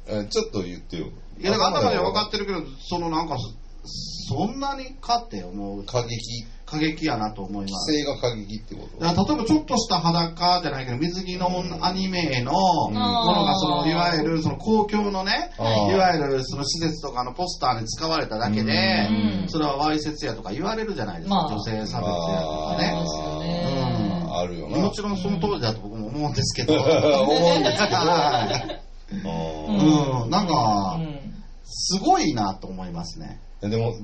Speaker 1: れへんえちょっと言ってよ。
Speaker 3: いや、だから頭では分かってるけど、そのなんかそ、そんなにかって思う。
Speaker 1: 過激
Speaker 3: 過激やなと思います。
Speaker 1: 規制が過激ってこと
Speaker 3: だから例えばちょっとした裸じゃないけど水着のアニメのも
Speaker 1: うん
Speaker 3: のがそのいわゆるその公共のね
Speaker 1: あー
Speaker 3: いわゆるその施設とかのポスターに使われただけで
Speaker 2: うん
Speaker 3: それはわいせつやとか言われるじゃないですか
Speaker 2: まあ
Speaker 3: 女性差別やとか
Speaker 2: あ
Speaker 3: ね
Speaker 2: ー
Speaker 1: あーあるよな。
Speaker 3: もちろんその通りだと僕も思うんですけ ど
Speaker 1: 思うんですけど。
Speaker 3: は
Speaker 1: あ
Speaker 3: いうんなんか
Speaker 2: うん
Speaker 3: すごいなと思いますね
Speaker 1: ーでもね、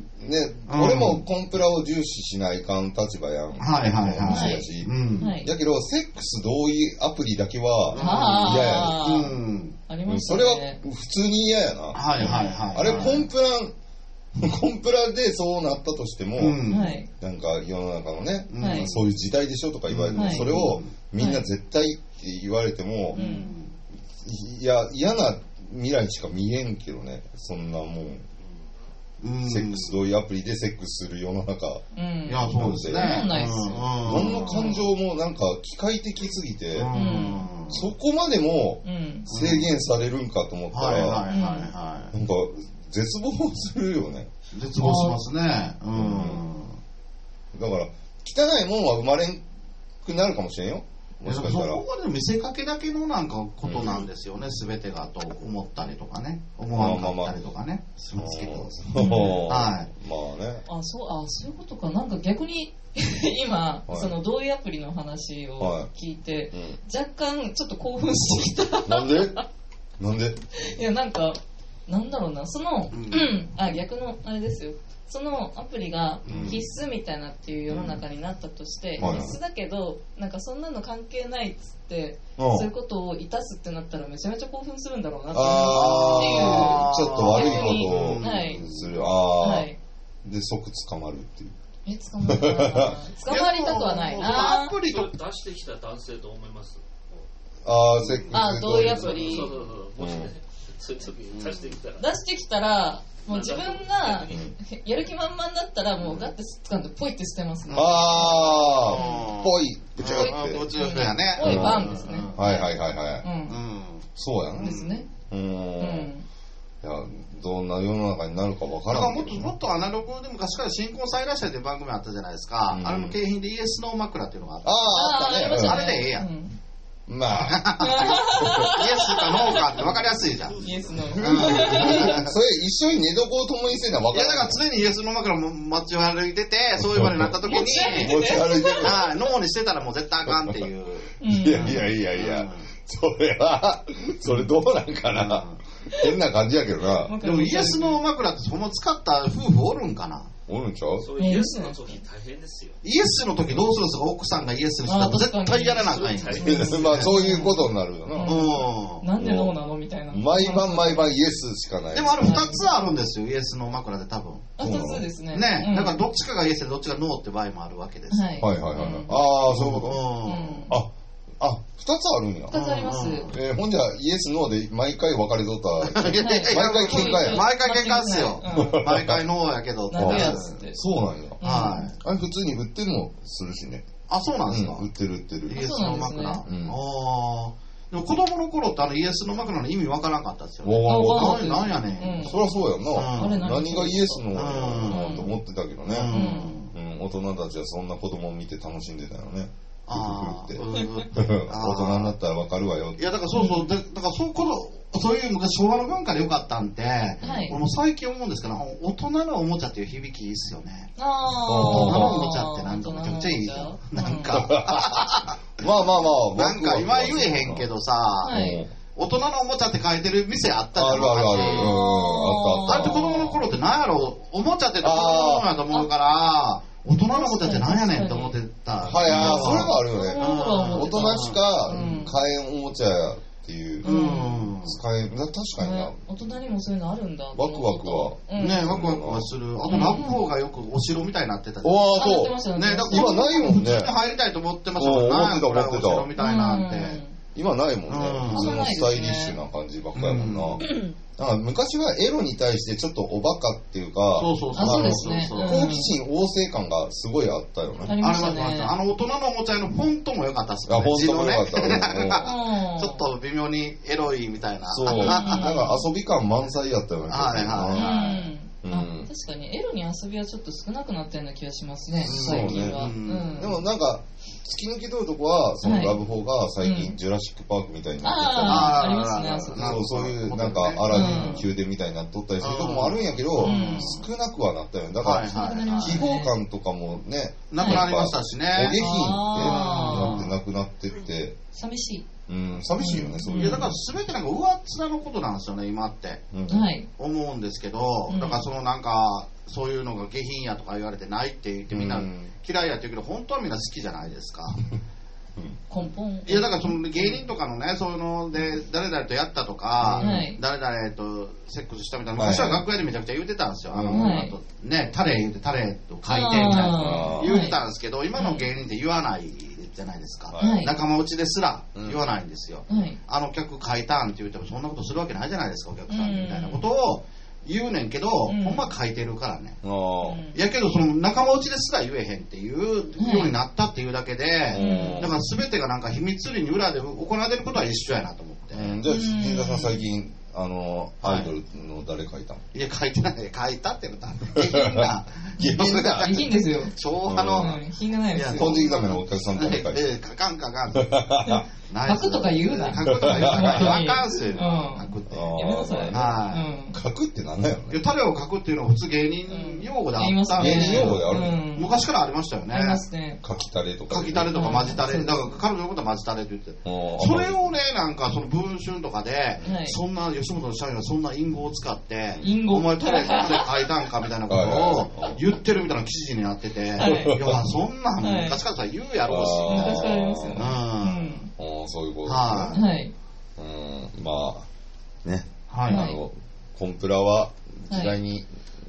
Speaker 3: うん
Speaker 1: 俺もコンプラを重視しないかん立場やん。
Speaker 3: はいはいはい
Speaker 1: そうやし
Speaker 3: う
Speaker 2: は
Speaker 3: ん
Speaker 2: い
Speaker 1: だけど、セックス同意アプリだけは、
Speaker 2: あ
Speaker 3: う
Speaker 2: ー
Speaker 3: ん
Speaker 2: ありまし
Speaker 1: そ
Speaker 2: た
Speaker 1: れは
Speaker 2: ね。
Speaker 1: 普通に嫌やな。
Speaker 3: はいはいはい
Speaker 1: あれ、コンプラ、コンプラでそうなったとしても、
Speaker 3: うん
Speaker 2: はい。
Speaker 1: なんか世の中のね、
Speaker 3: うん
Speaker 2: はい
Speaker 1: そういう時代でしょとか言われても、
Speaker 2: はい
Speaker 1: それをみんな絶対って言われても、
Speaker 2: うん
Speaker 1: いや、嫌な未来しか見えんけどね、そんなもん。
Speaker 3: うん
Speaker 1: セックス同意アプリでセックスする世の中。
Speaker 2: うん。
Speaker 3: いや、そうですね。
Speaker 2: なんないっすよ
Speaker 1: 何の
Speaker 3: う
Speaker 1: 感情もなんか機械的すぎて、
Speaker 3: んうん。
Speaker 1: そこまでも
Speaker 2: うん。
Speaker 1: 制限されるんかと思った
Speaker 3: はい
Speaker 1: ら、
Speaker 3: はいはいは
Speaker 1: なんか絶望するよね。
Speaker 3: い。絶望しますね。うん。
Speaker 1: だから、汚いもんは生まれんくなるかもしれんよ。もし
Speaker 3: そ
Speaker 1: かしたら。
Speaker 3: こまで見せかけだけのなんかことなんですよね、すべてがと思ったりとかね、思わなかったりとかね、しますけど。は
Speaker 1: まあね。
Speaker 2: あ、そう、あ、そういうことか。なんか逆に、 今、
Speaker 1: はい
Speaker 2: その同意アプリの話
Speaker 1: はい
Speaker 2: を聞いて、
Speaker 1: う
Speaker 2: 若干ちょっと興奮してきた。
Speaker 1: ん。なんでなんで
Speaker 2: いや、なんか、なんだろうな、その、
Speaker 3: う
Speaker 2: うんん、あ、逆の、あれですよ。そのアプリが
Speaker 1: うん
Speaker 2: 必須みたいなっていう世の中になったとして、
Speaker 1: はい
Speaker 2: 必須だけど、なんかそんなの関係ないっつって、
Speaker 1: うん
Speaker 2: そういうことをいたすってなったらめちゃめちゃ興奮するんだろうなって
Speaker 1: ああ、
Speaker 3: っ
Speaker 1: ちょ
Speaker 3: ていう
Speaker 1: っと悪いこ
Speaker 2: 逆にはい
Speaker 1: とをする。
Speaker 2: は
Speaker 1: ああ
Speaker 2: い。。
Speaker 1: で、即捕まるっていう。
Speaker 2: え、捕まりたくはないな捕まりたくはないな
Speaker 3: アプリ
Speaker 4: ちょ
Speaker 3: と
Speaker 4: っ、と出してきた男性と思います。
Speaker 1: ああ、セックス
Speaker 2: あ同意アプリ
Speaker 4: そうそうそう。もしね、そういう時に出してきたら。
Speaker 2: 出してきたら、もう自分が
Speaker 1: うん
Speaker 2: やる気満々だったら、もうガッて掴んでポイって捨てますね。
Speaker 1: ああ、ぽい、ぶちゃ
Speaker 3: あ
Speaker 1: って。
Speaker 3: ーちょっとやね。
Speaker 1: おいバ
Speaker 2: ンですね
Speaker 1: はいはいはいは
Speaker 2: う。
Speaker 1: い。
Speaker 3: うんん。
Speaker 1: そうやん。
Speaker 2: ですね。
Speaker 1: う。
Speaker 2: うんん。
Speaker 1: いや、どんな世の中になるかわか
Speaker 3: だからら
Speaker 1: ん
Speaker 3: も
Speaker 1: け
Speaker 3: っ
Speaker 1: ど
Speaker 3: と
Speaker 1: ね。
Speaker 3: もっとアナログで昔から新婚再来者という番組あったじゃないですか、
Speaker 1: うん
Speaker 3: あれの景品でイエスノー枕っていうのがあった
Speaker 1: ああ、あ
Speaker 2: ー
Speaker 1: っ
Speaker 2: りましたた
Speaker 1: ね。
Speaker 3: あれでええやん
Speaker 2: うん
Speaker 1: うんまあ、
Speaker 3: イエスかノーかって分かりやすいじゃん。
Speaker 2: イエスの。
Speaker 1: それ一緒に寝床を共にせなわ
Speaker 3: い
Speaker 1: か
Speaker 3: や
Speaker 1: ら
Speaker 3: だ
Speaker 1: ん
Speaker 3: から常にイエスの枕も街を歩いてて、そういう場になった時に、
Speaker 1: 持ち歩いてる。
Speaker 3: はい、ノーにしてたらもう絶対あかんっていう。
Speaker 2: うん
Speaker 1: いやいやいやいや、それは、それどうなんかな。変な感じやけどな。
Speaker 3: でもイエスの枕ってその使った夫婦おるんかな
Speaker 1: おるんちゃう
Speaker 4: そういうイエスの時大変ですよ。
Speaker 3: イエスの時どうするんですか奥さんがイエスにしたら
Speaker 2: あー確か
Speaker 3: 絶
Speaker 2: に
Speaker 3: 対やらなあかんやん。
Speaker 4: そういう
Speaker 3: う
Speaker 4: 大変ですよ。
Speaker 1: まあそういうことになるよな。
Speaker 3: ん。
Speaker 2: なんでどうなのみたいな。
Speaker 1: 毎晩毎晩イエスしかない。
Speaker 3: でもあれ二つあるんですよ、イエスの枕で多分。
Speaker 2: あ、そうですね。う
Speaker 3: ね
Speaker 2: ん
Speaker 3: だからどっちかがイエスでどっちがノーって場合もあるわけです。
Speaker 2: はい。
Speaker 1: はいはいはいはい。
Speaker 2: うん
Speaker 1: ああ、そういううこ
Speaker 3: ん。
Speaker 1: と。あ、あ、二つあるんや。
Speaker 2: 二つあります。
Speaker 1: えーほんじゃ、イエス、ノーで毎回別れと ったら。
Speaker 3: いやいやいや
Speaker 1: 毎回喧嘩や
Speaker 3: 毎回喧嘩っすよ
Speaker 2: うん。
Speaker 3: 毎回ノーやけど。
Speaker 2: なんでやつって。
Speaker 1: そうなんや。
Speaker 3: はい。
Speaker 1: あれ普通に売ってるもするしね。
Speaker 3: あ、そうなんですか。
Speaker 1: うん売ってる売ってる。
Speaker 3: イエスの枕。
Speaker 2: あ
Speaker 3: あ
Speaker 2: そ
Speaker 1: うんですねうん
Speaker 3: あー。でも子供の頃ってあのイエスの枕の意味わからんかったですよね。
Speaker 1: わわわ
Speaker 2: わ
Speaker 3: ななんやねん。
Speaker 1: そりゃそうや
Speaker 3: うん
Speaker 1: な。
Speaker 2: あれ
Speaker 1: 何がイエスのな
Speaker 3: うん
Speaker 1: んと思ってたけどね。
Speaker 3: うん。
Speaker 1: うん、大人たちはそんな子供を見て楽しんでたよね。
Speaker 3: あ
Speaker 1: う
Speaker 3: ー
Speaker 1: ん
Speaker 3: うん
Speaker 1: 大人になったらわかるわよ
Speaker 3: い。や、だからそうそう、だだからそうこの、そういう昔昭和の文化でよかったんで、
Speaker 2: い
Speaker 3: 俺も最近思うんですけど、大人のおもちゃっていう響きいいっすよね。大人のおもちゃってなんかめちゃくちゃいいじゃん。なん。か、
Speaker 1: まあまあまあ、
Speaker 3: なんか今言えへんけ
Speaker 1: ど。
Speaker 3: どさ、
Speaker 2: はい
Speaker 1: うん
Speaker 3: 大人のおもちゃって書いてる店あったじゃん
Speaker 1: あるあるある。う
Speaker 3: 昔
Speaker 1: ん、あった
Speaker 3: だ
Speaker 1: あ
Speaker 3: っ
Speaker 1: ってた。
Speaker 3: 子供の頃って何やろおもちゃって子供のものやと思うから大人のおもちゃって何やねんって思ってた
Speaker 1: はい、あーそれはあるよね。
Speaker 2: 大
Speaker 1: 大人しか
Speaker 2: うん
Speaker 1: 買えんおもちゃやっていう
Speaker 3: う、ん
Speaker 1: 使えん、確かにな。
Speaker 2: 大人にもそういうのあるんだ。
Speaker 3: ねワクワクはするあとラブホがよくお城みたいになってたじゃんね
Speaker 1: おー、
Speaker 2: あ
Speaker 1: そう。
Speaker 3: だから
Speaker 1: 今ないもんね
Speaker 3: 普通に入りたいと思ってました
Speaker 1: う
Speaker 3: も
Speaker 1: ん
Speaker 3: んなんや
Speaker 1: 思ってた思っ
Speaker 3: これ
Speaker 1: てた
Speaker 3: お城みたいなんて
Speaker 1: 今ないもん
Speaker 3: う
Speaker 1: ね
Speaker 3: ん。
Speaker 1: 普通のスタイリッシュな感じばっかやもんな。なんか昔はエロに対してちょっとおバカっていうか、
Speaker 3: そうそうそう
Speaker 2: あそうですね
Speaker 3: そうそうそう
Speaker 2: う
Speaker 1: 好
Speaker 2: ん
Speaker 1: 奇心旺盛感がすごいあったよ
Speaker 2: あ
Speaker 1: ね。
Speaker 2: り
Speaker 3: あ
Speaker 2: ま
Speaker 3: れ
Speaker 2: し
Speaker 3: は
Speaker 2: た
Speaker 3: ね
Speaker 2: ね。
Speaker 3: あの大人のおもちゃのフォントも良かったっす
Speaker 1: あ、
Speaker 3: よね
Speaker 1: 本当もよかった。
Speaker 3: 字のね
Speaker 1: うん
Speaker 3: あちょっと微妙にエロいみたいな
Speaker 1: そう。なんか遊び感満載やったよね。
Speaker 3: はいはい
Speaker 2: うん。
Speaker 1: うん
Speaker 2: 確かにエロに遊びはちょっと少なくなったような気がしますね、最近は。
Speaker 3: そうね
Speaker 2: うん
Speaker 1: でもなんか、突き抜けとるとこは、その
Speaker 2: はい
Speaker 1: ラブホが最
Speaker 2: う
Speaker 1: 近
Speaker 2: ん
Speaker 1: ジュラシックパークみたいになってきたり
Speaker 2: ああ、ありますね、
Speaker 3: あー
Speaker 2: あそこ。
Speaker 3: なるほど
Speaker 1: そうそういう、
Speaker 3: な
Speaker 1: な
Speaker 3: る
Speaker 1: ん
Speaker 3: ほどね
Speaker 1: か、アラジンの宮殿みたいになっとったりするとこもあるんやけど、
Speaker 2: うん
Speaker 1: 少なくはなったよね。だ
Speaker 3: はい
Speaker 1: か
Speaker 3: は
Speaker 2: はいい
Speaker 1: ら、
Speaker 2: は
Speaker 3: はいい。
Speaker 1: 記号感とかもね、
Speaker 3: なくなりましたし
Speaker 1: お下
Speaker 3: ね。
Speaker 1: 品
Speaker 2: あ
Speaker 1: って
Speaker 2: ー
Speaker 1: なってなくなってって、
Speaker 2: 寂しい。
Speaker 1: うん、寂しいよね、そう
Speaker 2: お
Speaker 1: い
Speaker 2: 下品
Speaker 3: いうや
Speaker 1: の。
Speaker 3: だから全てなんか上っ面のことなんですよね、今って。
Speaker 1: うん
Speaker 2: はい。
Speaker 3: 思うんですけど、
Speaker 2: うん
Speaker 3: だからそのなんか、そういうのが下品やとか言われてないって言ってみんな
Speaker 1: うん
Speaker 3: 嫌いやって言うけど、本当はみんな好きじゃないですか。
Speaker 2: 根本。
Speaker 3: いやだからその芸人とかのね、そういうので、誰々とやったとか、
Speaker 2: はい
Speaker 3: 誰々とセックスしたみたいな、
Speaker 1: はい
Speaker 3: 昔は楽屋でめちゃくちゃ言うてたんですよ。あの、
Speaker 2: はい
Speaker 3: あとね、タレ言うて、タレと書いてみたいな
Speaker 1: あー
Speaker 3: 言うてたんですけど、今の芸人って言わないじゃないですか。
Speaker 1: はい
Speaker 3: 仲間内ですら言わないんですよ。
Speaker 2: はい。
Speaker 3: あの客書いたんって言ってもそんなことするわけないじゃないですか、お客さんにみたいなことを言うねんけど、
Speaker 2: うん
Speaker 3: ほんま書いてるからね。
Speaker 1: あ
Speaker 2: うん
Speaker 3: やけど、その仲間内ですら言えへんっていうようになったっていうだけで、
Speaker 1: うん
Speaker 3: だから全てがなんか秘密裏に裏で行われてることは一緒やなと思って。
Speaker 1: ーうんじゃあ、
Speaker 2: うん
Speaker 1: 銀座さん最近、あの、
Speaker 3: はい
Speaker 1: アイドルの誰書いたの
Speaker 3: いや、書いてない。書いたってことは、下品 な。
Speaker 1: 下品な
Speaker 2: 下品ですよ。
Speaker 3: 昭和
Speaker 1: あ
Speaker 3: の。
Speaker 2: うん品がないです
Speaker 3: いや
Speaker 1: 本
Speaker 2: よ。
Speaker 1: 日画面のお客さん誰書いた
Speaker 3: ええ書かん書か ん。書
Speaker 2: 書くとか言うな
Speaker 3: 書くとか言う
Speaker 2: 本
Speaker 3: な。
Speaker 2: 当
Speaker 3: あ
Speaker 2: に
Speaker 3: かんっすよ。
Speaker 2: うん
Speaker 3: 書くって。
Speaker 1: あ
Speaker 2: やめなさい。
Speaker 3: は
Speaker 1: 書くってなんだよ
Speaker 3: いや
Speaker 1: ね。
Speaker 3: タレを書くっていうのは普通芸人用語であ
Speaker 2: 言いま
Speaker 3: っ
Speaker 2: す
Speaker 3: たん
Speaker 2: ね。
Speaker 3: で
Speaker 1: 芸人用語である
Speaker 2: うん
Speaker 3: 昔からありましたよね
Speaker 2: あ。りますね。
Speaker 1: 書きたれとか。
Speaker 3: 書きタレとかマジタ
Speaker 2: う
Speaker 3: レ。
Speaker 2: ん
Speaker 3: だから彼女のことはマジタレって言って。
Speaker 1: うん
Speaker 3: それをね、なんかその文春とかで、
Speaker 2: い
Speaker 3: そんな吉本の社員はそんな隠語を使って、
Speaker 2: 隠語
Speaker 3: お前タレタレ書いたんかみたいなこ
Speaker 1: はい
Speaker 3: と
Speaker 1: はい
Speaker 3: を言ってるみたいな記事になってて、
Speaker 2: はい
Speaker 3: い、や、そんなん
Speaker 2: はい
Speaker 3: 昔からさ言うやろうし、
Speaker 1: あー
Speaker 2: 昔からありますよ
Speaker 3: う。
Speaker 2: ね。うんん。
Speaker 1: うんそういうこと
Speaker 3: は
Speaker 1: で
Speaker 3: い
Speaker 2: はい。
Speaker 1: すね。うん、まあ、ね、
Speaker 3: は
Speaker 1: あ
Speaker 2: はい
Speaker 3: い。
Speaker 1: の、コンプラは時代に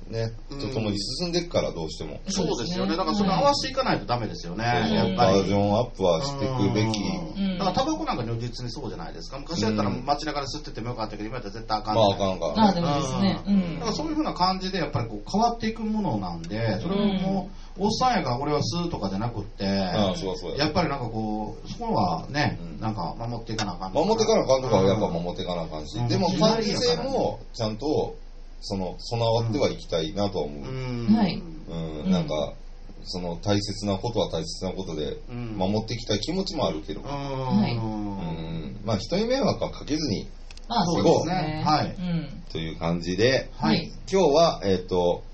Speaker 1: ね、
Speaker 3: うん
Speaker 1: とともに進んでいくからどうしても。
Speaker 3: そうですよね。だからそ
Speaker 2: そ
Speaker 3: れ
Speaker 2: れ
Speaker 3: 合わせていかないとダメですよね、
Speaker 1: そうそう
Speaker 3: やっぱ
Speaker 1: バー
Speaker 3: り
Speaker 1: ジ。ョンアップはしていくべき。
Speaker 3: うん
Speaker 2: うん
Speaker 3: だからタバコなんか如実にそうじゃないですか。昔だったら
Speaker 1: うん
Speaker 3: 街中で吸っててもよかったけど、今やったら絶対あ
Speaker 1: ま
Speaker 3: かんじゃ
Speaker 1: あ、
Speaker 3: な
Speaker 1: あ
Speaker 3: い
Speaker 1: かん
Speaker 2: ああ、
Speaker 1: か。
Speaker 2: でもですね。う
Speaker 3: だ
Speaker 2: ん
Speaker 3: か。らそういうふうな感じでやっぱりこう変わっていくものなんでそれはもうおっさんやから俺は吸うとかじゃなくって
Speaker 1: あ
Speaker 3: や
Speaker 1: あ、そうだそうだ。
Speaker 3: っぱりなんかこうそこはね
Speaker 1: うん
Speaker 3: なんか守っていかなあかん
Speaker 1: 守ってからかんとかはやっぱ守ってからかんし
Speaker 3: う。ん
Speaker 1: でも、管理性もちゃんと、その、備わってはいきたいなとは思う。
Speaker 3: うん
Speaker 2: はい
Speaker 1: うん、
Speaker 2: うん
Speaker 1: なんか、その大切なことは大切なことで、
Speaker 3: うん
Speaker 1: 守っていきたい気持ちもあるけど、
Speaker 3: うん
Speaker 2: い
Speaker 1: うん、まあ人に迷惑はかけずに
Speaker 2: まあ、
Speaker 3: そ
Speaker 2: そ
Speaker 3: う
Speaker 2: う
Speaker 3: で
Speaker 2: ですす
Speaker 3: ね
Speaker 2: ね。
Speaker 3: はい
Speaker 2: うん。
Speaker 1: という感じで、
Speaker 3: はい
Speaker 1: 今日は、えっ、と、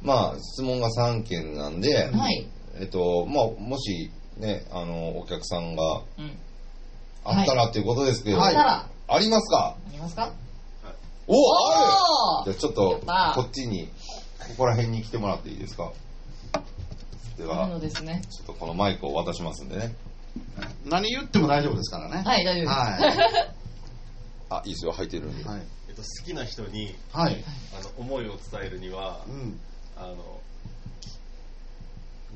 Speaker 1: まあ質問が3件なんで、
Speaker 2: はい。
Speaker 1: えっ、と、まあもしね、あの、お客さんが
Speaker 2: うん。
Speaker 1: あったらっていうことですけど、
Speaker 3: は
Speaker 2: あ
Speaker 3: い
Speaker 2: ったら、あ
Speaker 1: ありますか
Speaker 2: りますか
Speaker 1: おあ
Speaker 2: お
Speaker 1: る
Speaker 2: ー
Speaker 1: じゃあちょっ
Speaker 2: や
Speaker 1: と
Speaker 2: った、
Speaker 1: こっちに、ここら辺に来てもらっていいですかで
Speaker 2: なの
Speaker 1: は、
Speaker 2: ですね。
Speaker 1: ちょっとこのマイクを渡しますんでね。
Speaker 3: 何言っても大丈夫ですからね
Speaker 2: はい、大丈夫です。
Speaker 3: は
Speaker 1: あ、いいですよ、入ってるんで。
Speaker 3: いはい
Speaker 5: えっと、好きな人に
Speaker 3: はい
Speaker 5: あの思いを伝えるには
Speaker 3: うん
Speaker 5: あの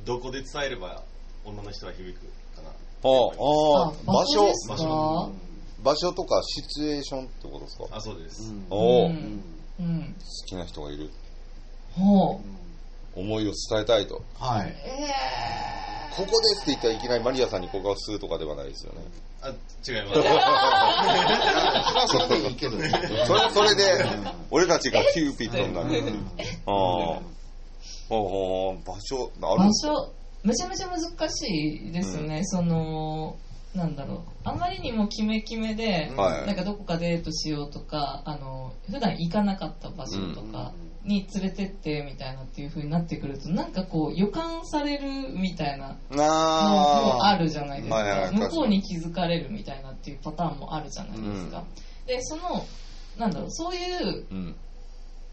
Speaker 5: どこで伝えれば女の人は響くかな
Speaker 1: ああ、場所、
Speaker 2: ですか
Speaker 5: 場所
Speaker 1: 場所とかシチュエーションってことですか
Speaker 5: あそうです、
Speaker 3: うん
Speaker 1: おお、
Speaker 2: う
Speaker 1: 好
Speaker 2: んうん。
Speaker 1: きな人がいる。
Speaker 2: ほう。
Speaker 1: 思いを伝えたいと。
Speaker 3: はい
Speaker 2: ええ。
Speaker 1: ここですって言ったらいきなりマリアさんに告白するとかではないですよね。
Speaker 5: あ違います
Speaker 3: それはそれでいいけどね
Speaker 1: それはそれで、俺たちがキューピッドにな
Speaker 3: う
Speaker 1: る。
Speaker 3: ん
Speaker 1: ああ、ほうほう場所、ある
Speaker 2: 場所、めちゃめちゃ難しいですね。その、なんだろう。あまりにもキメキメで、
Speaker 1: は
Speaker 2: なん
Speaker 1: い。
Speaker 2: かどこかデートしようとか、あの、普段行かなかった場所とかに連れてってみたいなっていう風になってくると、なんかこう予感されるみたいな
Speaker 1: な
Speaker 2: のもあ
Speaker 1: あ、
Speaker 2: るじゃないですか、
Speaker 1: はいはい
Speaker 2: 向こうに気づかれるみたいなっていうパターンもあるじゃないですか、でそのなんだろうそういう
Speaker 1: うん。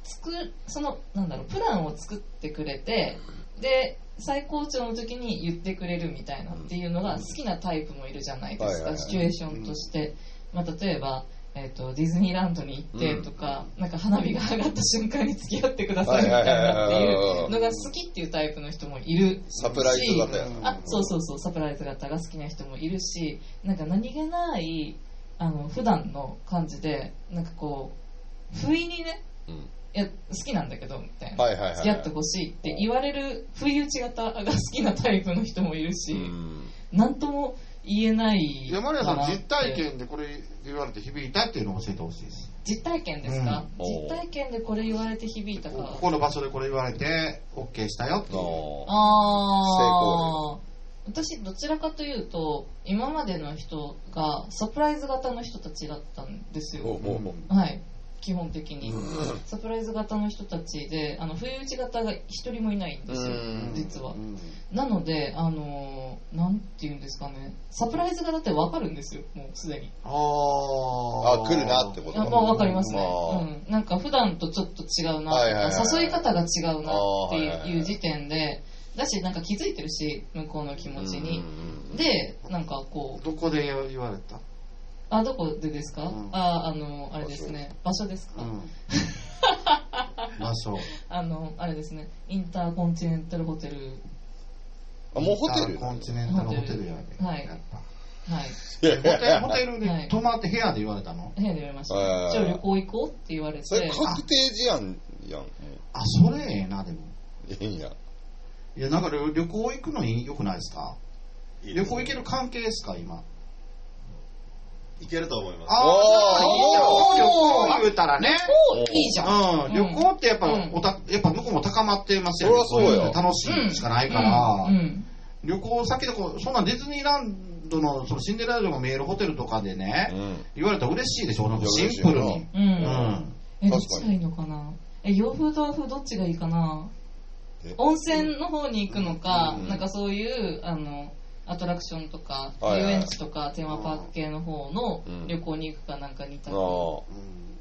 Speaker 2: つくそのなんだろうプランを作ってくれてで最高潮の時に言ってくれるみたいなっていうのが好きなタイプもいるじゃないで
Speaker 1: はい
Speaker 2: す
Speaker 1: はいはい
Speaker 2: かシチュエーションとして、まあ、例えば、えー、とディズニーランドに行ってとか、なんか花火が上がった瞬間に付き合ってくださいみたいなっていうのが好きっていうタイプの人もいる
Speaker 1: サプライズ型やな。
Speaker 2: あそうそうそうサプライズ型が好きな人もいるしなんか何気ないあの普段の感じでなんかこう不意にね、
Speaker 1: うん
Speaker 2: いや好きなんだけどみたいな、
Speaker 1: はいはいはい。
Speaker 2: 付き合ってほしいって言われる不意打ち型が好きなタイプの人もいるし、
Speaker 1: うん。
Speaker 2: なんとも言えない
Speaker 3: いや、マリアさん
Speaker 2: かなって
Speaker 3: 実体験でこれ言われて響いたっていうのを教えてほしいです。
Speaker 2: 実体験ですか、
Speaker 1: うん
Speaker 2: 実体験でこれ言われて響いたか
Speaker 3: ここの場所でこれ言われて、OK したよっていう。
Speaker 1: あ
Speaker 2: ああ私どちらかというと今までの人がサプライズ型の人たちだったんです
Speaker 1: ーお
Speaker 2: よ
Speaker 1: うおうおう
Speaker 2: はい基本的にサプライズ型の人たちであの不意打ち型が一人もいないんですよ
Speaker 1: うん
Speaker 2: 実は
Speaker 3: うん
Speaker 2: なのであのーなんて言うんですかねサプライズ型って分かるんですよもうすでに
Speaker 3: あ
Speaker 1: あ
Speaker 3: あ
Speaker 1: 来るなってこと
Speaker 2: やっぱ分かりますね、
Speaker 1: あ
Speaker 2: うん、なんか普段とちょっと違うなとか、
Speaker 1: はいはいはい
Speaker 2: 誘い方が違うなって
Speaker 1: あーはいはいいうはい
Speaker 2: 時点でだしなんか気づいてるし向こうの気持ちに、でなんかこう
Speaker 3: どこで言われた、
Speaker 2: あどこでですか、
Speaker 3: うん
Speaker 2: ああのあれですね場所ですか、
Speaker 3: ん、場所。
Speaker 2: あのあれですねインターコンチネンタルホテル
Speaker 1: あもうホテ
Speaker 3: イン
Speaker 1: ル
Speaker 3: ターコンチネンタルホテルやね。
Speaker 2: はい
Speaker 3: やっぱ
Speaker 2: はい
Speaker 3: ホテルホテル
Speaker 2: はい
Speaker 3: に泊まって部屋で言われたの
Speaker 2: 部屋で言われました
Speaker 1: あー
Speaker 2: じゃあ旅行行こうって言われて
Speaker 1: それ確定事案やんもう
Speaker 3: あ、それええな、でも。
Speaker 1: ええんや
Speaker 3: いや、なんか旅旅行行くのいいよくないですか
Speaker 5: いいで
Speaker 3: 旅
Speaker 5: す
Speaker 3: 行行ける関係ですか、今。
Speaker 5: いけると思います。
Speaker 3: ああ、いいじゃん旅行言うたらね。
Speaker 2: おいいじゃん
Speaker 3: うん、旅行ってやっぱ、
Speaker 2: うん
Speaker 3: おたやっぱ向こうも高まってますよ、ね。
Speaker 1: そりゃそうよ
Speaker 3: ん楽しいしかないから、
Speaker 2: うんうん
Speaker 3: 旅行先でこう、そんなディズニーランドのそのシンデレラ城が見えるホテルとかで
Speaker 1: う
Speaker 3: ね、
Speaker 1: ん
Speaker 3: 言われたら嬉しいでしょ、なんか
Speaker 1: いや
Speaker 3: シ
Speaker 1: 嬉しい
Speaker 3: ン
Speaker 1: よ
Speaker 3: プルに。
Speaker 2: う
Speaker 3: うんん。
Speaker 2: え、どっ
Speaker 1: 確かに
Speaker 2: ちがいいのかなえ、洋風と和風どっちがいいかな
Speaker 1: え
Speaker 2: 温泉の方に行くのか、
Speaker 1: うん
Speaker 2: なんかそういう、あの、アトラクションとか、遊
Speaker 1: はいはい
Speaker 2: 園地とか、テーマパーク系の方の
Speaker 1: うん
Speaker 2: 旅行に行くかなんかに行った
Speaker 1: あ
Speaker 2: ら、ど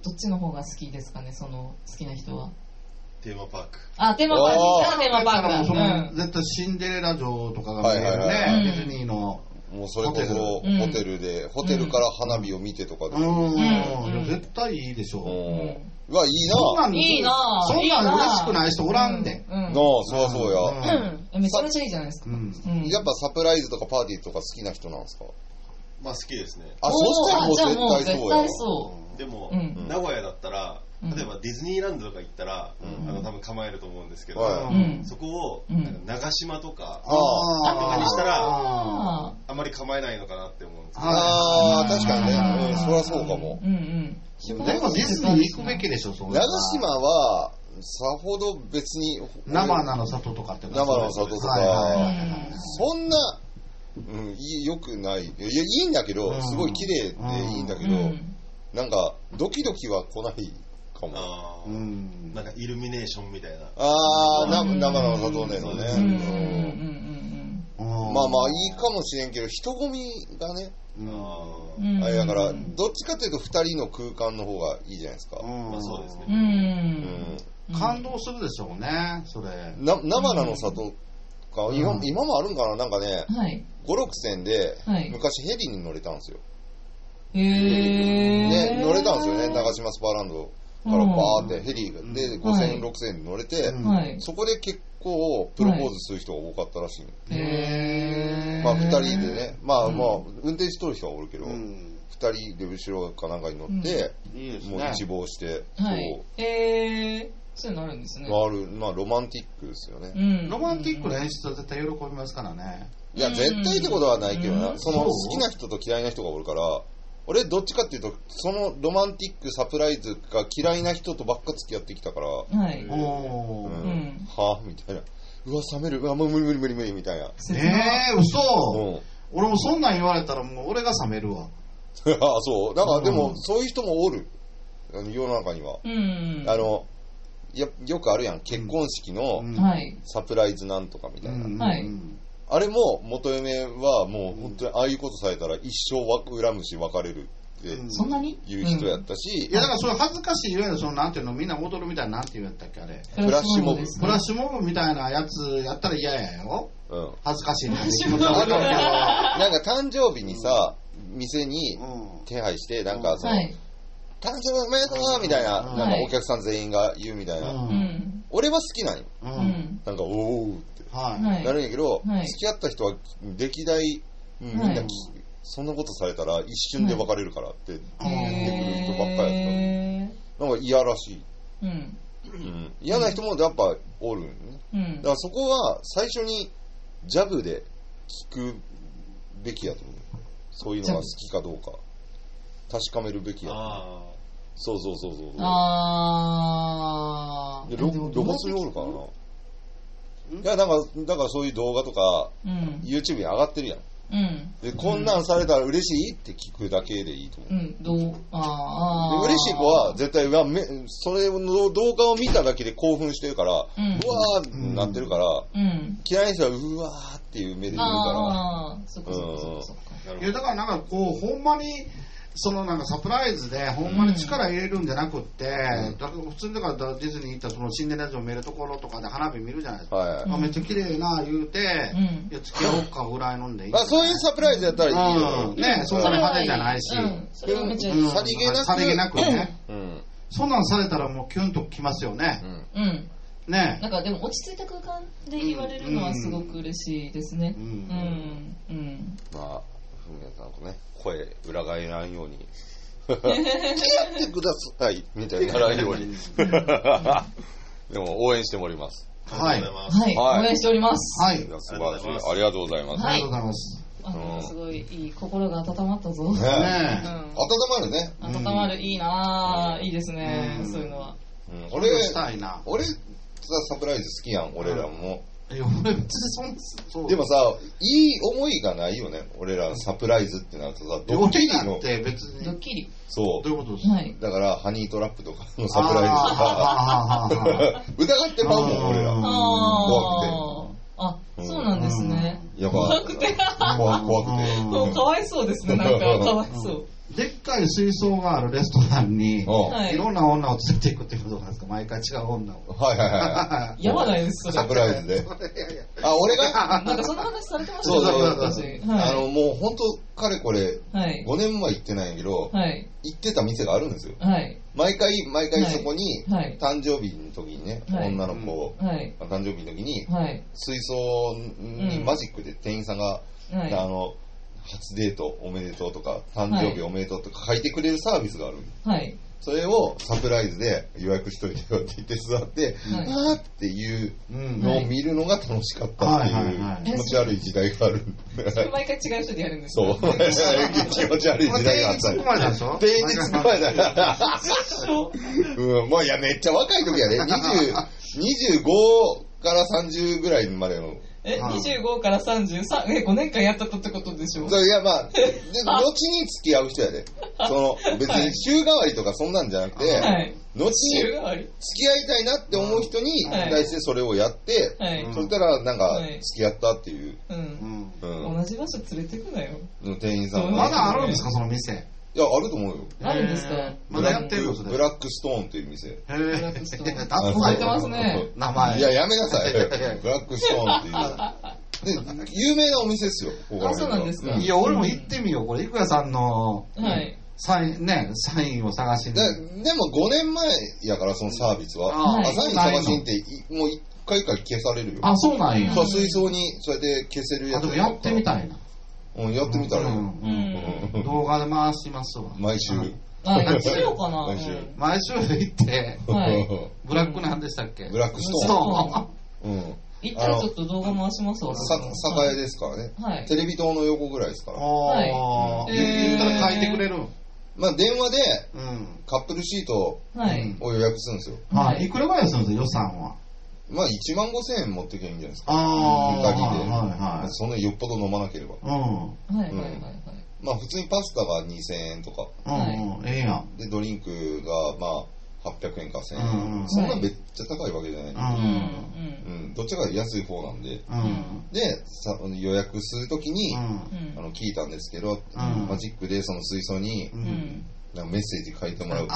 Speaker 1: ー
Speaker 2: っちの方が好きですかね、その、好きな人は。
Speaker 5: テーマパーク。
Speaker 2: あ、テーマパークに行ったらテーマパ
Speaker 3: だからもうそ
Speaker 2: ー
Speaker 3: の
Speaker 2: クだ。
Speaker 3: 絶対シンデレラ城とかが見え
Speaker 1: は
Speaker 3: るね、
Speaker 1: いはい
Speaker 2: はい
Speaker 3: ディズニーの。
Speaker 1: もうそれこそホ
Speaker 2: テル
Speaker 1: テルでホテルから花火を見てとかで
Speaker 3: うん、
Speaker 2: うん
Speaker 3: 絶対いいでし
Speaker 1: う
Speaker 3: ょ。
Speaker 2: うん。うんん
Speaker 1: うわいい
Speaker 3: そん
Speaker 1: な
Speaker 3: なん
Speaker 2: いいな
Speaker 3: そんなん嬉しくない人おらんで。
Speaker 2: う
Speaker 1: なあ
Speaker 2: ん。
Speaker 1: そりゃそうや
Speaker 2: うんうんめちゃめちゃいいじゃないですか。
Speaker 3: うん
Speaker 2: うん
Speaker 1: やっぱサプライズとかパーティーとか好きな人なんですか
Speaker 5: まあ好きですね。
Speaker 1: あ、そしたらもう
Speaker 2: じゃあもう
Speaker 1: 絶対
Speaker 2: 絶
Speaker 1: そうや
Speaker 2: 対。そ
Speaker 5: でも、
Speaker 2: うん
Speaker 5: 名古屋だったら、
Speaker 2: うん
Speaker 5: 例えばディズニーランドとか行ったら、
Speaker 1: うん
Speaker 5: あの多分構えると思うんですけど、
Speaker 1: は
Speaker 2: う。うん。
Speaker 5: そこを、
Speaker 2: うん
Speaker 5: なんか長島とか、
Speaker 1: あ
Speaker 5: ーバカにしたら
Speaker 3: あー
Speaker 2: あ
Speaker 5: あまり構えないのかなって思うんですけど、
Speaker 1: ああ、確かに
Speaker 2: は
Speaker 1: ね。
Speaker 2: い
Speaker 1: うん、そりゃそうかも。
Speaker 2: ーうんうん。
Speaker 3: でもディズニー行くべきでしょ、そういうの
Speaker 1: 長
Speaker 3: は
Speaker 1: 島は、さほど別に、
Speaker 3: 生菜の里とかってこと
Speaker 1: 生の里とか
Speaker 3: はいはい
Speaker 2: うん
Speaker 1: そんな、うん、いい良くない。いや、いいんだけ
Speaker 3: う
Speaker 1: ど、
Speaker 3: ん
Speaker 1: すごい綺麗でいいんだけど、
Speaker 2: うん
Speaker 1: なんか、ドキドキは来ないかも。
Speaker 5: あ
Speaker 3: う
Speaker 5: ー
Speaker 3: ん
Speaker 5: なんかイルミネーションみたいな。
Speaker 1: ああ、な
Speaker 2: うん
Speaker 1: 生の里ねの
Speaker 2: うんうんうんうん
Speaker 1: ね。うんまあまあ、いいかもしれんけど、人混みがね、
Speaker 3: うん
Speaker 2: う
Speaker 5: あ
Speaker 2: んうん。
Speaker 1: あれだから、
Speaker 2: うん
Speaker 1: どっちかというと二人の空間の方がいいじゃないですか。
Speaker 5: まあそうです
Speaker 2: う
Speaker 5: ね
Speaker 2: ん。
Speaker 3: うん感動するでしょうね、それ。
Speaker 1: な生菜の里か、
Speaker 3: うん
Speaker 1: 今今もあるんかななんかね
Speaker 2: はい。
Speaker 1: 5 6千で
Speaker 2: はい
Speaker 1: 昔ヘリに乗れたんですよ、
Speaker 2: へ
Speaker 1: ね
Speaker 2: え。
Speaker 1: 乗れたんですよね長島スパーランドからバーってヘリで
Speaker 3: うん
Speaker 1: 5
Speaker 2: は
Speaker 1: 千
Speaker 2: い
Speaker 1: 6千で乗れて、
Speaker 3: うん
Speaker 2: はい。
Speaker 1: そこで結構プロポーズする人が多かったらしい、
Speaker 2: へー
Speaker 1: まあ2人で。ねまあ
Speaker 2: うん
Speaker 1: まあ運転しとる人はおるけど、
Speaker 3: う
Speaker 1: 二
Speaker 3: ん
Speaker 1: 2人で後ろかなんかに乗って、
Speaker 3: いいです
Speaker 1: もう
Speaker 3: ね。
Speaker 1: 一望して、
Speaker 2: はい。へえ。そういうのあるんですね。
Speaker 1: こう回るまあロマンティックですよね、
Speaker 2: うん
Speaker 3: ロマンティックな演出は絶対喜びますからね。
Speaker 1: いや、絶対ってことはないけどな。
Speaker 2: うん
Speaker 1: その、
Speaker 3: そう
Speaker 1: 好きな人と嫌いな人がおるから、俺どっちかっていうと、そのロマンティックサプライズが嫌いな人とばっか付き合ってきたから、は
Speaker 2: はい。
Speaker 5: うん
Speaker 3: お
Speaker 1: う
Speaker 3: ー。
Speaker 1: んぁ、みたいな。うわ、冷める。うわ、もう無理無理無理無理、みたいな。
Speaker 3: ねえ、
Speaker 1: う
Speaker 3: 嘘。
Speaker 1: ん。
Speaker 3: 俺もそんなん言われたらもう俺が冷めるわ。
Speaker 1: あそう。なんか、で
Speaker 3: う
Speaker 1: も、
Speaker 3: ん
Speaker 1: そういう人もおる。あの世の中には。
Speaker 2: うん。
Speaker 1: あの、やよくあるやん。結婚式の
Speaker 3: うん
Speaker 2: はい。
Speaker 1: サプライズなんとかみた
Speaker 3: う
Speaker 1: いな。
Speaker 3: ん
Speaker 2: はい
Speaker 1: あれも、元嫁はもう本当に、ああいうことされたら一生わ恨むし別れるって
Speaker 3: うん
Speaker 2: そんなに
Speaker 1: いう人やったし、
Speaker 3: いやだからそれ恥ずかしい、いわゆるそのなんていうの、みんな踊るみたいな、なんて言うんやったっけ、あれ。
Speaker 2: うん
Speaker 1: フラッシュモブ
Speaker 2: フ
Speaker 3: フ
Speaker 2: ラ
Speaker 3: ラ
Speaker 2: ッ
Speaker 3: ッ
Speaker 2: シ
Speaker 3: シュモブみたいなやつやったら嫌やよ。
Speaker 1: うん。
Speaker 3: 恥ずかしいなって気
Speaker 2: ュモ
Speaker 3: 持
Speaker 2: ブ
Speaker 3: ち
Speaker 1: あ
Speaker 3: 悪い
Speaker 1: と、
Speaker 3: けど
Speaker 1: なんか誕生日にさ、店に手配して、なんか
Speaker 2: ュ
Speaker 1: その、
Speaker 2: はい。
Speaker 1: 誕生日おめでとうみたいな、
Speaker 3: うん
Speaker 1: なんかお客さん全員が言うみたいな。
Speaker 2: う。
Speaker 3: うん
Speaker 1: 俺は好きなんよ。
Speaker 3: う。
Speaker 2: うんん。
Speaker 1: なんか、おーっ
Speaker 3: は
Speaker 2: は
Speaker 1: て
Speaker 2: い。
Speaker 1: なるんやけど、
Speaker 2: はい
Speaker 1: 付き合った人は歴代、うんみんなき、
Speaker 2: はい
Speaker 1: そんなことされたら一瞬で別れるからって、
Speaker 3: い。うん
Speaker 1: てくる人ばっかり
Speaker 2: へー
Speaker 1: なんか嫌らしい。
Speaker 2: うん。
Speaker 1: うん嫌な人もやっぱおるんよね。
Speaker 2: うん
Speaker 1: だからそこは最初にジャブで聞くべきやと思う。そういうのが好きかどうか確かめるべきや
Speaker 5: ああ。
Speaker 1: そうそうそうそう
Speaker 2: あー
Speaker 1: でロロボスにおるからないやなんかだからそういう動画とか
Speaker 2: うん
Speaker 1: YouTube に上がってるやん
Speaker 2: うん
Speaker 1: でこんなんされたら嬉しいって聞くだけでいいと思う
Speaker 2: うんどうあーあー
Speaker 1: で嬉しい子は絶対うわめそれの動画を見ただけで興奮してるから、
Speaker 2: う
Speaker 1: うんわーってなってるから、
Speaker 2: うん
Speaker 1: 嫌いな人はうわーっていう目で見るか
Speaker 2: ああそっかそっかそっかそっか
Speaker 5: なる
Speaker 3: い
Speaker 5: ほ
Speaker 3: や
Speaker 5: ど。
Speaker 3: だからなんかこうほんまにそのなんかサプライズでほんまに力入れるんじゃなくって、だから普通にだからディズニー行ったらそのシンデレラ城見るところとかで花火見るじゃないです
Speaker 1: ら、
Speaker 3: か、
Speaker 1: はい
Speaker 2: うん
Speaker 3: あめっちゃ綺麗な言うて、
Speaker 2: うん
Speaker 3: いや付き合おうかぐらい飲んでいい
Speaker 1: まあ、そういうサプライズやったらいいけど、
Speaker 3: うんねそんなに派手じゃないし
Speaker 2: うんそれはめっちゃいい
Speaker 3: うん
Speaker 1: さりげなく
Speaker 3: さりげなくね、
Speaker 1: うん
Speaker 3: そんなんされたらもうキュンときますよね
Speaker 1: う、ん
Speaker 2: うん
Speaker 3: ね
Speaker 2: なんかでも落ち着いた空間で言われるのはすごく嬉しいですね
Speaker 3: う
Speaker 2: うんんうん、
Speaker 1: まあふみやさんとね声裏返らんように付き合ってくださいみたいにならんように でも応援しております
Speaker 5: ありがとうございます。
Speaker 2: はい、
Speaker 1: はい
Speaker 2: 応援しております
Speaker 3: はいい
Speaker 1: や素晴らしいありがとうございます、
Speaker 3: あ
Speaker 2: は
Speaker 3: りがとうございます、
Speaker 2: あのすごいいい心が温まったぞ、
Speaker 1: ね
Speaker 3: ね
Speaker 2: うん
Speaker 1: 温まるね、
Speaker 2: 温まる、いいなぁ、いいですね、
Speaker 3: うん
Speaker 2: そういうのは。
Speaker 1: うん、
Speaker 3: こ
Speaker 1: 俺
Speaker 3: れしたいな
Speaker 1: 俺さサプライズ好きやん俺らも、
Speaker 3: いや俺別にそんそう
Speaker 1: でもさいい思いがないよね俺らサプライズってなるとさド
Speaker 3: 料
Speaker 1: ッキ
Speaker 3: 理
Speaker 1: リ
Speaker 3: だ
Speaker 1: の
Speaker 3: って別に
Speaker 2: ド
Speaker 3: ど
Speaker 2: ッキリ。
Speaker 1: そう
Speaker 3: いうことですか
Speaker 2: はい。
Speaker 1: だからハニートラップとかの
Speaker 3: あ
Speaker 1: サプライズとか
Speaker 3: ーはーはーはーはー
Speaker 1: 疑ってまうもん俺ら
Speaker 3: うん
Speaker 2: ああ。あ、そうなんですね。
Speaker 1: やっ
Speaker 2: 怖
Speaker 1: ぱ
Speaker 2: くて。
Speaker 1: 怖く怖くて
Speaker 2: もうかわいそうですね、なんか、かわいそう。
Speaker 3: でっかい水槽があるレストランに、
Speaker 1: うん
Speaker 2: はい
Speaker 3: いろんな女を連れていくってことなんですか毎回違う女を。
Speaker 1: はいはいは
Speaker 2: やばない です、
Speaker 1: い
Speaker 2: そ
Speaker 1: サ
Speaker 2: れ
Speaker 1: プ。ライズで
Speaker 3: いやいや
Speaker 1: あ俺が
Speaker 2: なんかそんな話されてました
Speaker 1: そう
Speaker 2: よ
Speaker 1: そ
Speaker 2: ね、
Speaker 1: う
Speaker 2: 私。
Speaker 1: あ
Speaker 2: は
Speaker 1: のもう本当かれこれ
Speaker 2: い。はい。
Speaker 1: 5年前行ってないんやけど
Speaker 2: はい。
Speaker 1: 行ってた店があるんですよ
Speaker 2: はい。
Speaker 1: 毎回毎回そこに
Speaker 2: はい。
Speaker 1: 誕生日の時にね
Speaker 2: はい
Speaker 1: 女の子を
Speaker 2: はい。
Speaker 1: 誕生日の時に
Speaker 2: はい。
Speaker 1: 水槽にマジックで店員さんが
Speaker 2: は
Speaker 1: あ
Speaker 2: い。
Speaker 1: の初デートおめでとうとか誕生日おめでとうとか書いてくれるサービスがある
Speaker 2: はい。
Speaker 1: それをサプライズで予約しといてよって言って座って、
Speaker 2: はい
Speaker 1: あーっていう
Speaker 3: うん
Speaker 1: のを見るのが楽しかったって
Speaker 3: はい
Speaker 1: い
Speaker 3: はいは
Speaker 1: う
Speaker 3: い
Speaker 1: 気持ち悪い時代がある。
Speaker 2: それ毎回違う人でやるんです
Speaker 1: そう。
Speaker 2: よ。
Speaker 1: 気持ち悪い
Speaker 3: これ
Speaker 1: 時代があっ
Speaker 3: 定
Speaker 1: た
Speaker 3: 日つくまででし ょ
Speaker 1: 平日前だから。
Speaker 2: そう。
Speaker 1: うん、もういや、めっちゃ若い時やね。20 25から30ぐらいまでの。
Speaker 2: え、
Speaker 3: はい
Speaker 2: 25から33、え、5年間やったったってことでしょ
Speaker 1: そういや、まあ、で後に付き合う人やで。その、別に週替わりとかそんなんじゃなくて、
Speaker 2: はい。
Speaker 1: 後に
Speaker 2: 週替わり
Speaker 1: 付き合いたいなって思う人に
Speaker 2: はい
Speaker 1: 対してそれをやって、
Speaker 2: はい
Speaker 1: そしたらなんか
Speaker 2: はい
Speaker 1: 付き合ったっていう、
Speaker 2: う。
Speaker 3: うんん
Speaker 1: うん
Speaker 2: 同じ場所連れてくなよ。
Speaker 1: の店員さんがね
Speaker 3: まだあるんですか、その店。へ
Speaker 1: いやあると思うよ
Speaker 2: あるんですか
Speaker 3: えーまだやってるのそれ。
Speaker 1: ブラックストーンっていう店
Speaker 3: へ
Speaker 2: ブラックストーン
Speaker 3: ー
Speaker 1: あ
Speaker 2: 覚えてますね
Speaker 3: 名前。
Speaker 1: いややめなさい
Speaker 3: いやいや
Speaker 1: ブラックストーンってい う店で有名なお店ですよここら辺が
Speaker 2: あそうなんですか
Speaker 3: いや、俺も行ってみよう。これ、いくやさんの
Speaker 2: はい。
Speaker 3: サイン、ね、サインを探しに。
Speaker 1: ででも5年前やからそのサービスは
Speaker 2: あ
Speaker 1: あ
Speaker 2: はい
Speaker 1: サイン探しにっていもう1回から消されるよ
Speaker 3: あ、そうなんや。
Speaker 1: そう水槽にそれで消せる
Speaker 3: あ、
Speaker 1: やつ
Speaker 3: でもやってみたいな。
Speaker 1: うんやってみたらいいよ
Speaker 2: う
Speaker 3: うん
Speaker 2: ん。
Speaker 1: うん
Speaker 3: 動画で回しますわ。
Speaker 1: 毎週
Speaker 2: あ、やってみようかな。
Speaker 1: 毎週
Speaker 2: うん
Speaker 3: 毎週行って、
Speaker 2: はい
Speaker 3: ブラックなんでしたっけ
Speaker 1: ブラックス
Speaker 3: ス
Speaker 1: ト
Speaker 3: ト
Speaker 1: ーン
Speaker 3: ーン。
Speaker 1: うん
Speaker 2: 行ったらちょっと動画回しますわ。
Speaker 1: さ酒屋ですからね、
Speaker 2: はい。
Speaker 1: テレビ塔の横ぐらいですから、
Speaker 3: あ
Speaker 2: はい
Speaker 3: ー言ったら書いてくれる。
Speaker 1: まあ、電話で
Speaker 3: うん。
Speaker 1: カップルシート
Speaker 2: はい。
Speaker 1: を予約するんですよ、
Speaker 3: まあ、いくらぐらいするんですか、予算は。
Speaker 1: まあ、1万5000円持ってきゃいいんじゃないですか、
Speaker 3: あ
Speaker 1: 二人で
Speaker 3: はいはい。
Speaker 1: そんなよっぽど飲まなければ、
Speaker 3: うん。
Speaker 2: はいはいはいはい。
Speaker 1: まあ、普通にパスタが2000円とか、
Speaker 3: うんうん、ええやん。
Speaker 1: でドリンクがまあ800円か1000円、
Speaker 3: うん
Speaker 1: そんなめっちゃ高いわけじゃない、
Speaker 2: う
Speaker 3: うん
Speaker 1: うんどっちかが安い方なんで、
Speaker 3: ん。うん。
Speaker 1: でさ予約するときに、
Speaker 3: うん。
Speaker 2: うん
Speaker 1: あの聞いたんですけど、マジックでその水槽に、
Speaker 3: う。
Speaker 2: うんん。
Speaker 1: なんかメッセージ書いてもらう。で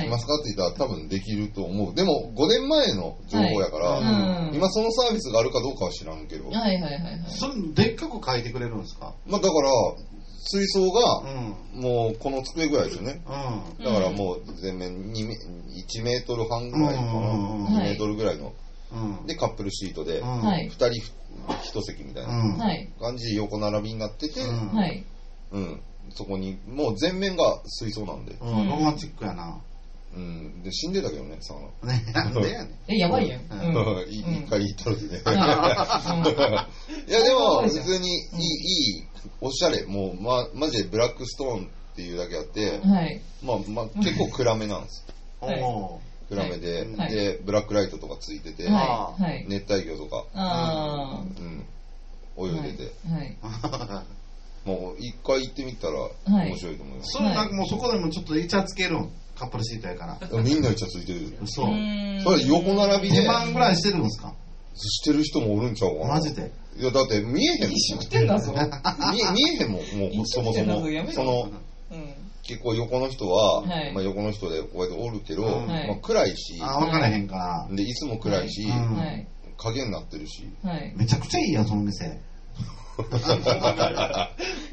Speaker 2: い
Speaker 1: きますかって言ったら多分できると思う。でも5年前の情報やから、
Speaker 3: はい
Speaker 2: うん
Speaker 1: 今そのサービスがあるかどうかは知らんけど。
Speaker 2: はいはいはいはい。
Speaker 3: それ、でっかく書いてくれるんですか
Speaker 1: まあだから、水槽
Speaker 3: うん。
Speaker 1: が
Speaker 3: うん。
Speaker 1: もうこの机ぐらいですよね。だからもう全面に1メートル半ぐらいかな。
Speaker 3: うん
Speaker 1: 2メートルぐらいの。
Speaker 3: うん。
Speaker 1: で、カップルシートで
Speaker 3: う
Speaker 1: 2
Speaker 3: ん、。
Speaker 2: はい
Speaker 1: 人1席みたいうなん
Speaker 2: はい。
Speaker 1: 感じで横並びになってて、
Speaker 3: うん
Speaker 2: はい。
Speaker 1: うん。そこにもう全面が水槽なんで。
Speaker 3: うんロマンチックやな。
Speaker 1: うん。で、死んでたけどね、その。
Speaker 3: ね、なんでやねん。
Speaker 2: え、やばいやん。
Speaker 3: う
Speaker 2: うん
Speaker 1: い一回言ったのでね。
Speaker 2: うん
Speaker 1: いや、でも、普通にいい、いい、おしゃれ。もう、ま、マジでブラックストーンって いうだけあって、
Speaker 2: はい。
Speaker 1: まあ、まあ、結構暗めなんです。
Speaker 2: はい
Speaker 3: お
Speaker 1: 暗めで、
Speaker 2: はい
Speaker 1: で、ブラックライトとかついてて、
Speaker 2: はい。はい。
Speaker 1: 熱帯魚とか、
Speaker 2: あ
Speaker 1: うん、
Speaker 2: あ。
Speaker 1: 泳いでて、
Speaker 2: はい。
Speaker 3: ー
Speaker 1: もう一回行ってみたら
Speaker 2: い
Speaker 1: 面白いと思います。
Speaker 3: そう、なんかもうそこでもちょっとイチャつけるん。カップルシートやから。
Speaker 1: みんなイチャついてる。
Speaker 3: 嘘。2
Speaker 1: それ横並びで
Speaker 3: 万ぐらいしてるんですか
Speaker 1: してる人もおるんちゃうかな。
Speaker 3: マジで。
Speaker 1: いや、だって見えへんも ん。
Speaker 2: 一食店だぞ。
Speaker 1: 見え見えへんもん、もう、
Speaker 2: 一
Speaker 1: そ
Speaker 2: 緒
Speaker 1: もそ
Speaker 2: にしてんだぞ
Speaker 1: も
Speaker 2: やめ。ろ
Speaker 1: その、
Speaker 2: うん。
Speaker 1: 結構横の人は、
Speaker 2: はい
Speaker 1: まあ横の人でこうやっておるけど、
Speaker 3: うん
Speaker 2: はい
Speaker 1: まあ暗いし、
Speaker 3: あー、わからへんから。
Speaker 1: で、いつも暗いし、
Speaker 3: はいうん
Speaker 2: はい。
Speaker 1: 影になってるし。
Speaker 2: はい。
Speaker 3: めちゃくちゃいいやん、その店。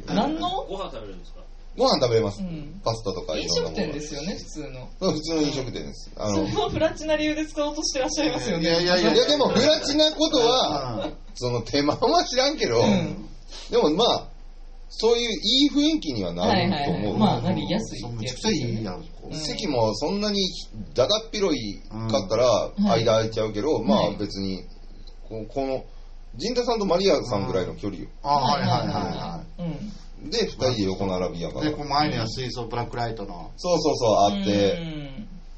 Speaker 2: 何の
Speaker 4: ご飯食べるんですか
Speaker 1: ご飯食べれます。
Speaker 2: うん
Speaker 1: パスタとかい
Speaker 2: 飲
Speaker 1: ろんな
Speaker 2: 食
Speaker 1: もの
Speaker 2: 店ですよね、普通の。
Speaker 1: が。普通の飲食店です。あ
Speaker 2: そ
Speaker 1: の、
Speaker 2: れをフラッチな理由で使おうとしてらっしゃいますよね。
Speaker 3: いやいやい
Speaker 1: いやでも、ブラチなことは、
Speaker 3: あ
Speaker 1: その手間は知らんけど、
Speaker 2: うん
Speaker 1: でもまあ、そういういい雰囲気にはなると思う。
Speaker 2: はいはいはいまあなりやすい
Speaker 3: そう
Speaker 2: っ
Speaker 3: め
Speaker 2: てや
Speaker 3: ちゃ
Speaker 2: つ
Speaker 3: くちゃいいやん、そこ
Speaker 2: うん。
Speaker 1: 席もそんなにだだっ広いかったら
Speaker 2: うんはい
Speaker 1: 間空いちゃうけど、ま
Speaker 2: は
Speaker 1: あ
Speaker 2: い
Speaker 1: 別に、ここの、陣田さんとマリアさんぐらいの距離よ。
Speaker 3: あー、はいはいは
Speaker 2: はい。うん。
Speaker 1: で、二人で横並びやか
Speaker 3: いは
Speaker 1: ら
Speaker 3: い。で、。こう前には水槽ブラックライトの。
Speaker 1: そうそうそう、あって、
Speaker 2: う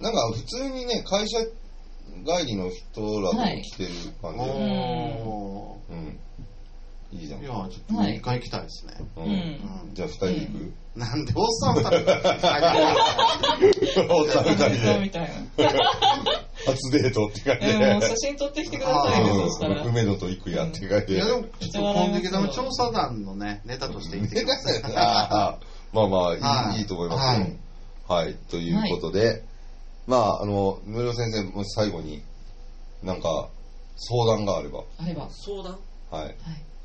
Speaker 2: ん
Speaker 1: なんか普通にね、会社帰りの人らと来てる感じ、
Speaker 3: お
Speaker 1: うん。いいじゃん
Speaker 3: ー。い。や、ちょっと一回行きたいですね。
Speaker 1: う
Speaker 2: うんん。
Speaker 3: うん
Speaker 1: じゃあ二人行く、
Speaker 3: なんでおっさん二人 が
Speaker 1: おっさん二人
Speaker 2: そう
Speaker 1: で
Speaker 2: みたいな。
Speaker 1: 初デートって書いて、
Speaker 2: うん、もう写真撮ってきてくださいね、そしたら。
Speaker 1: うん、梅野と行くやんって書い
Speaker 3: い
Speaker 1: て。
Speaker 3: やでも、ちょっとコンビニでも調査団のね、ネタとして言ってきます
Speaker 1: ああまあまあ、いい,、
Speaker 3: はい
Speaker 1: い、いと思いますよ。はい、ということで、まあ、あの、無料先生、もし最後に、なんか、相談があれば、
Speaker 2: あれば。はい。
Speaker 4: 相談
Speaker 1: はい。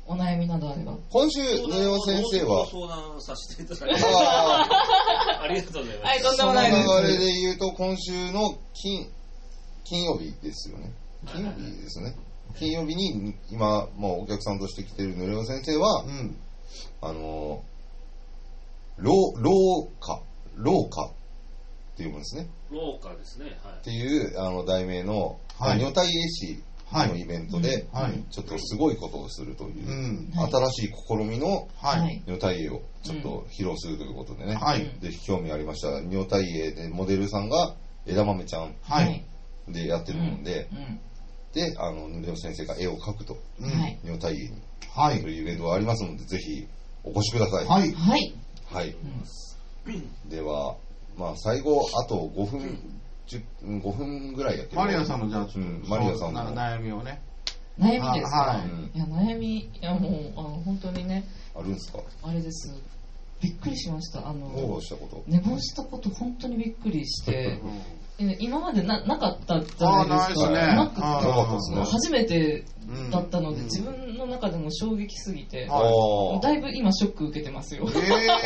Speaker 2: お悩みなどあれば。
Speaker 1: 今週、無料先生は、
Speaker 4: 相談させていただきます。
Speaker 1: ああ
Speaker 4: ありがとうございま
Speaker 2: は
Speaker 4: す
Speaker 2: い、とんで
Speaker 1: そ
Speaker 2: も
Speaker 1: の
Speaker 2: ないです。
Speaker 1: 流れで言うと、今週の金、金曜日ですよね。金曜日ですね。金曜日に、今、もうお客さんとして来てる無料先生は、
Speaker 3: うん。
Speaker 1: あの、老、老化、老化っていうもんですね。。
Speaker 4: 農家ですね。は
Speaker 1: っ
Speaker 4: い。
Speaker 1: ていうあの題名の、
Speaker 3: はい
Speaker 1: 女体絵師
Speaker 3: は
Speaker 1: のイ
Speaker 3: い。
Speaker 1: ベントで、
Speaker 3: はい。
Speaker 1: ちょっとすごいことをするという、
Speaker 3: うん。
Speaker 2: はい
Speaker 1: 新しい試みの
Speaker 3: はい。
Speaker 1: 女体絵をちょっと披露するということでね、
Speaker 3: はい。
Speaker 1: で興味ありましたら女体絵でモデルさんが枝豆ちゃん
Speaker 3: は
Speaker 2: はい
Speaker 3: い。
Speaker 1: でやってるもんで、
Speaker 2: うん。
Speaker 1: であのヌレオ先生が絵を描くと
Speaker 3: う
Speaker 2: は
Speaker 3: ん
Speaker 2: い。
Speaker 1: 女体絵に
Speaker 3: は
Speaker 1: と
Speaker 3: い。
Speaker 1: いうイベントがありますのでぜひお越しください、
Speaker 3: はい。
Speaker 2: はい。
Speaker 1: はい
Speaker 2: うん
Speaker 1: では、まあ、最後あと5分10 5分ぐらいやけど
Speaker 3: マリアさんのじゃあちょっ
Speaker 1: うん
Speaker 3: と、
Speaker 1: マリアさんの
Speaker 3: そうな悩みをね。
Speaker 2: 悩みです
Speaker 3: あ
Speaker 2: か
Speaker 3: は
Speaker 1: うん
Speaker 2: いや、悩み、いや、もう、あの、本当にね、
Speaker 1: あるんですか
Speaker 2: あれです。びっくりしました。あ
Speaker 1: ど
Speaker 2: の
Speaker 1: う、したこと
Speaker 2: 寝坊したこと本当にびっくりして、え今までななかったじ
Speaker 3: あ
Speaker 2: ゃ
Speaker 3: あ、
Speaker 2: ない
Speaker 3: ない
Speaker 2: で
Speaker 3: ですす
Speaker 2: か。
Speaker 3: ね。
Speaker 2: なくて
Speaker 3: あ
Speaker 1: なかったですね
Speaker 2: 初めて
Speaker 3: うん
Speaker 2: だったので、
Speaker 3: うん
Speaker 2: 自分の中でも衝撃すぎて、
Speaker 3: あ
Speaker 1: あ
Speaker 2: だいぶ今ショック受けてますよ。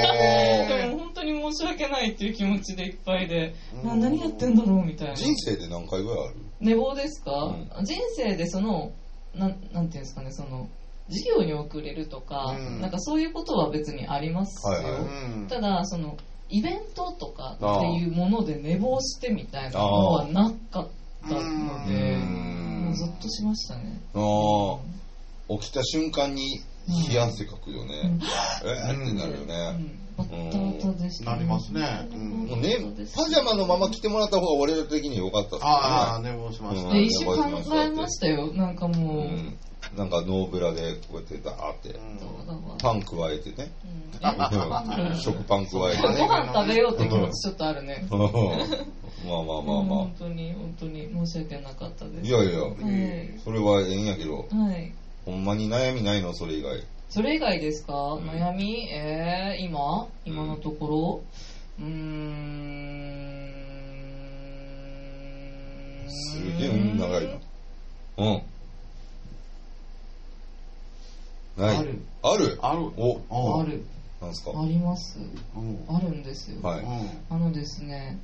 Speaker 2: で
Speaker 3: え
Speaker 2: も本当に申し訳ないっていう気持ちでいっぱいで、
Speaker 3: うん
Speaker 2: な何やってんだろうみたいな。
Speaker 1: 人生で何回ぐらいある
Speaker 2: 寝坊ですか、
Speaker 1: う
Speaker 2: 人生でそのなんなんていうんですかねその授業に遅れるとか、
Speaker 3: うん
Speaker 2: なんかそういうことは別にありますよ、
Speaker 1: はいはい
Speaker 3: ー。うん
Speaker 2: ただそのイベントとかっていうもので寝坊してみたいなのはなかったので
Speaker 1: うん
Speaker 2: もうずっとしましたね
Speaker 1: ああ起きた瞬間に冷や汗かくよね、えーってなるよ
Speaker 2: う
Speaker 1: ね、
Speaker 2: んバッタバタでした、
Speaker 3: なりますね。うん
Speaker 1: もうねパジャマのまま着てもらった方が俺ら的に良かったっすね
Speaker 3: ああ、寝坊しました。
Speaker 1: う
Speaker 2: で
Speaker 1: ん
Speaker 2: 一瞬考えましたよなんか
Speaker 1: う
Speaker 2: もう、
Speaker 1: んなんかノーブラでこうやってダーって
Speaker 2: どうだわ
Speaker 1: パン加えてね
Speaker 2: うん
Speaker 1: うん食パン加えて
Speaker 2: ご
Speaker 1: ね
Speaker 2: 飯食べようって気持ちちょっとあるね
Speaker 1: うんまあまあまあま
Speaker 2: 本当に本当に申し訳なかったで
Speaker 1: あい
Speaker 2: す。は
Speaker 1: やいや
Speaker 2: い。
Speaker 1: それはええんやけど
Speaker 2: はい。
Speaker 1: ほんまに悩みないのそれ以外
Speaker 2: それ以外ですか、
Speaker 1: ん
Speaker 2: 悩みえー、今今のところうーん。
Speaker 1: すげえうん長いなうんない
Speaker 3: ある
Speaker 1: ある
Speaker 3: ある。
Speaker 1: お
Speaker 2: ある。
Speaker 1: なんすか
Speaker 2: あります。
Speaker 3: うん。
Speaker 2: あるんですよ。
Speaker 1: はい
Speaker 3: うん
Speaker 2: あのですね、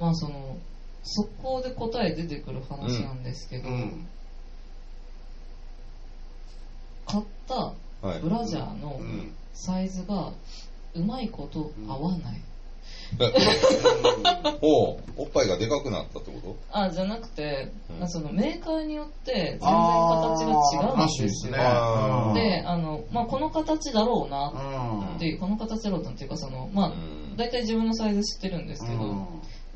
Speaker 2: まあその、速攻で答え出てくる話なんですけど、
Speaker 3: うん。
Speaker 2: 買った
Speaker 1: はい
Speaker 2: ブラジャーの
Speaker 3: うん。
Speaker 2: サイズがうまいこと合わない。
Speaker 1: おうおっぱいがでかくなったってこと
Speaker 2: あじゃなくて、
Speaker 1: うん
Speaker 2: そのメーカーによって全然
Speaker 3: あ
Speaker 2: 形
Speaker 3: ー
Speaker 2: が違うんです
Speaker 3: 話
Speaker 2: よ
Speaker 3: ね。
Speaker 1: あー
Speaker 2: であの、まあ、この形だろうな
Speaker 3: うん
Speaker 2: っていうこの形だろうなっていうかそのま
Speaker 1: う
Speaker 2: あ
Speaker 1: ん
Speaker 2: 大体自分のサイズ知ってるんですけど、
Speaker 3: うん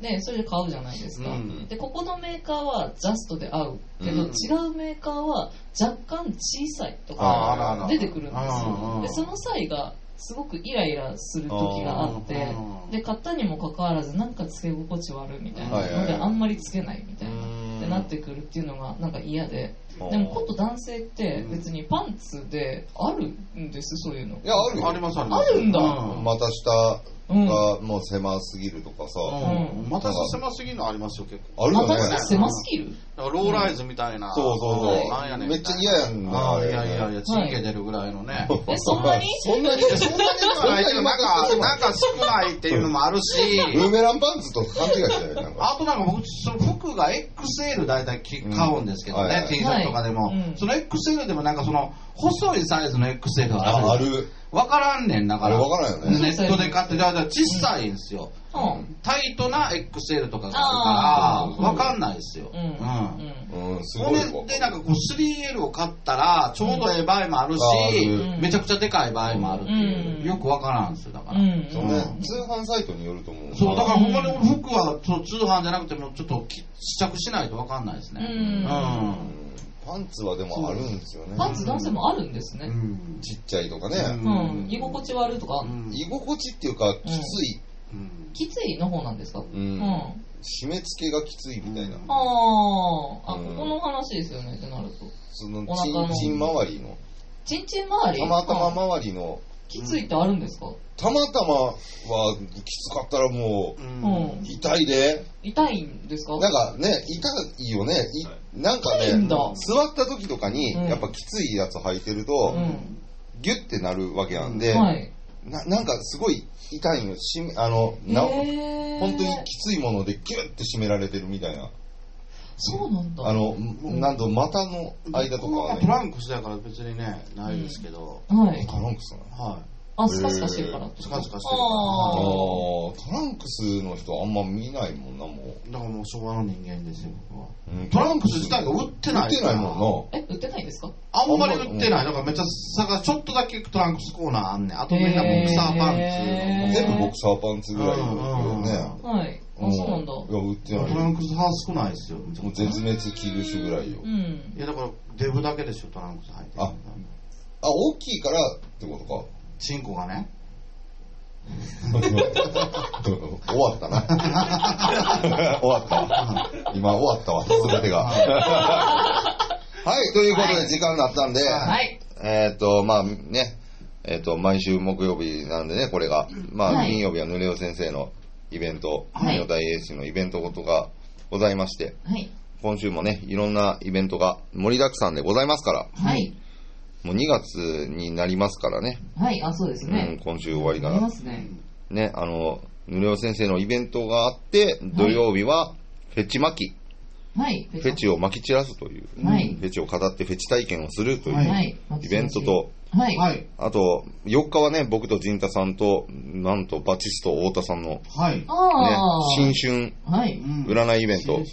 Speaker 2: でそれで買うじゃないですか、
Speaker 3: うん
Speaker 2: でここのメーカーはジャストで合うけど、
Speaker 1: うん
Speaker 2: 違うメーカーは若干小さいと
Speaker 1: あーあ
Speaker 2: から
Speaker 1: あら
Speaker 2: 出てくるんです
Speaker 3: うんう
Speaker 2: よ
Speaker 3: ん
Speaker 2: でその際がすごくイライラする時があって
Speaker 3: うん
Speaker 2: で買ったにもかかわらずなんかつけ心地悪いみたいな
Speaker 1: はいはいは
Speaker 2: の
Speaker 1: い
Speaker 2: であんまりつけないみたいな
Speaker 1: うん
Speaker 2: ってなってくるっていうのがなんか嫌ででもこと男性って別にパンツであるんですそういうの
Speaker 1: いやあるよ
Speaker 3: ありますあり
Speaker 2: あ
Speaker 3: ます
Speaker 2: るんだ
Speaker 3: うん
Speaker 1: 股下
Speaker 2: うん
Speaker 1: がもう狭すぎるとかさ、
Speaker 3: う
Speaker 2: うん
Speaker 3: またさ狭すぎるのありますよ結構
Speaker 1: あるよね
Speaker 2: 私は狭すぎる
Speaker 3: だからローライズみたいな、
Speaker 1: そうそうそう、
Speaker 3: なんやねん
Speaker 1: めっちゃ嫌やんな
Speaker 3: あ
Speaker 1: あ
Speaker 3: あい
Speaker 1: れ
Speaker 3: やいやいや神経出るぐらいのね、
Speaker 2: えそんなに
Speaker 1: そんなに
Speaker 3: そんなにではないけど、なんか、なんか少ないっていうのもあるし、
Speaker 1: ブーメランパンツと勘違いしてるなんか
Speaker 3: あとなんか僕、その服が XL 大体き買うんですけど
Speaker 1: うんはい
Speaker 3: ね、T シャツとかでも
Speaker 2: はいうん。
Speaker 3: その XL でもなんかその、細いサイズの XL が
Speaker 1: あ
Speaker 3: あ
Speaker 1: あ
Speaker 3: る。
Speaker 1: る
Speaker 3: わからんねん、だか
Speaker 1: あ
Speaker 3: ら。
Speaker 1: れわからんよね
Speaker 3: ネットで買って、だから小さいんですよ。
Speaker 2: うん
Speaker 3: タイトな XL とかが
Speaker 2: あ
Speaker 3: ある
Speaker 2: ー
Speaker 3: から、わかんないですよ。
Speaker 2: う
Speaker 3: うん。
Speaker 2: うんん
Speaker 1: うんす
Speaker 3: こ
Speaker 1: ごい
Speaker 3: れ
Speaker 1: わ
Speaker 3: でなんかこう 3L を買ったら、ちょうどええ場合もあるし、
Speaker 1: うん
Speaker 2: ある
Speaker 3: めちゃくちゃでかい場合もあるっていう
Speaker 2: ん
Speaker 3: う、よくわからんですよ、だか
Speaker 2: う
Speaker 3: ら。
Speaker 2: ん
Speaker 1: そのね通販サイトによると思う
Speaker 3: そう、だからほんまに俺服はそう通販じゃなくても、ちょっとき試着しないとわかんないですね。
Speaker 2: う
Speaker 1: うん
Speaker 2: ん
Speaker 1: パンツはでもあるんですよね
Speaker 2: パンツ男性もあるんです
Speaker 3: う
Speaker 2: ね
Speaker 3: ん。
Speaker 1: ちっちゃいとかね、
Speaker 3: うん
Speaker 2: うん居心地悪いとか
Speaker 3: うん
Speaker 1: 居心地っていうかきつい、
Speaker 3: うん
Speaker 2: きついの方なんですか
Speaker 1: うん
Speaker 2: うん
Speaker 1: 締め付けがきついみたいな、
Speaker 3: うん
Speaker 2: あーあ
Speaker 1: うん
Speaker 2: ここの話ですよねってなると
Speaker 1: その
Speaker 2: お腹の
Speaker 1: ちんちん周りの
Speaker 2: ちんちん周り
Speaker 1: たまたま
Speaker 2: うん
Speaker 1: 周りの
Speaker 2: きついってあるんですか
Speaker 1: たまたまはきつかったらも
Speaker 3: う
Speaker 2: うんん
Speaker 1: う痛いで
Speaker 2: 痛いんですか
Speaker 1: なんかね痛いよねい
Speaker 4: はい
Speaker 1: なんか
Speaker 2: 痛い
Speaker 1: ね
Speaker 2: んだ
Speaker 1: 座った時とかに
Speaker 2: うん
Speaker 1: やっぱきついやつ履いてる
Speaker 2: う
Speaker 1: と、
Speaker 2: ん
Speaker 1: ギュッてなるわけなんで、
Speaker 2: はい
Speaker 1: ななんかすごい痛いんよしあのな
Speaker 2: へー
Speaker 1: 本当にきついものでギュッて締められてるみたいな
Speaker 2: そうなんだ
Speaker 1: あの、なんと股の間とか
Speaker 3: 僕は
Speaker 1: は
Speaker 3: トラ
Speaker 1: ね
Speaker 3: ンクスだから別にね、ないですけど、
Speaker 2: はい
Speaker 1: トランクスなの
Speaker 3: は
Speaker 2: あスカスカしてるから
Speaker 3: い。スカスカして
Speaker 1: あ
Speaker 2: あ
Speaker 1: ー
Speaker 3: る
Speaker 1: トランクスの人あんま見ないもんなも
Speaker 3: から。だからもう昭和の人間ですよ、僕は。
Speaker 1: う、うん
Speaker 3: トランクス自体が売ってない。
Speaker 1: 売ってないもん
Speaker 2: え売ってないんですか
Speaker 3: あんまり売ってない。だからめっちゃ探、ちょっとだけトランクスコーナーあんねん。あとみんなボクサーパンツ
Speaker 2: へ
Speaker 1: な
Speaker 2: ー
Speaker 1: 全部ボクサーパンツぐらいだけどね
Speaker 2: はいあ
Speaker 1: ん
Speaker 2: そうなんだ
Speaker 1: いや売ってない
Speaker 3: トラ
Speaker 1: よ
Speaker 3: ンクス派少ないですよ。
Speaker 1: もう絶滅危惧種ぐらいよ
Speaker 2: うん
Speaker 3: いやだからデブだけでしょ、トランクス履いてるの
Speaker 1: ああ大きいからってこと か
Speaker 3: チンコがね。
Speaker 1: 終わったな 終わったわ今終わったわ全 てがはいということで時間になったんで、
Speaker 2: はい
Speaker 1: えっ、と、まあね、えっ、と、毎週木曜日なんでね、これが。まあ、
Speaker 2: はい
Speaker 1: 金曜日はぬれお先生のイベント、
Speaker 2: はい
Speaker 1: 金曜大英史のイベントことがございまして、
Speaker 2: はい
Speaker 1: 今週もね、いろんなイベントが盛りだくさんでございますから、
Speaker 2: はい
Speaker 1: もう2月になりますからね、
Speaker 2: はいあそうです
Speaker 1: うん、
Speaker 2: ね
Speaker 1: 今週終わり
Speaker 2: あ
Speaker 1: か
Speaker 2: りま
Speaker 1: な。
Speaker 2: すね
Speaker 1: ね、あの、ぬれお先生のイベントがあって、土曜日はフェチ巻き、
Speaker 2: はいフ
Speaker 1: フェチを撒き散らすという、
Speaker 2: はい
Speaker 1: フェチを語ってフェチ体験をするという、
Speaker 2: はい
Speaker 1: イベントと、
Speaker 2: はい
Speaker 3: はい。
Speaker 1: あと、4日はね、僕と陣太さんと、なんとバチスト太田さんの、ね、
Speaker 3: はい。
Speaker 2: ああ
Speaker 1: 新春
Speaker 2: はい
Speaker 1: 占いイベント、
Speaker 2: はい。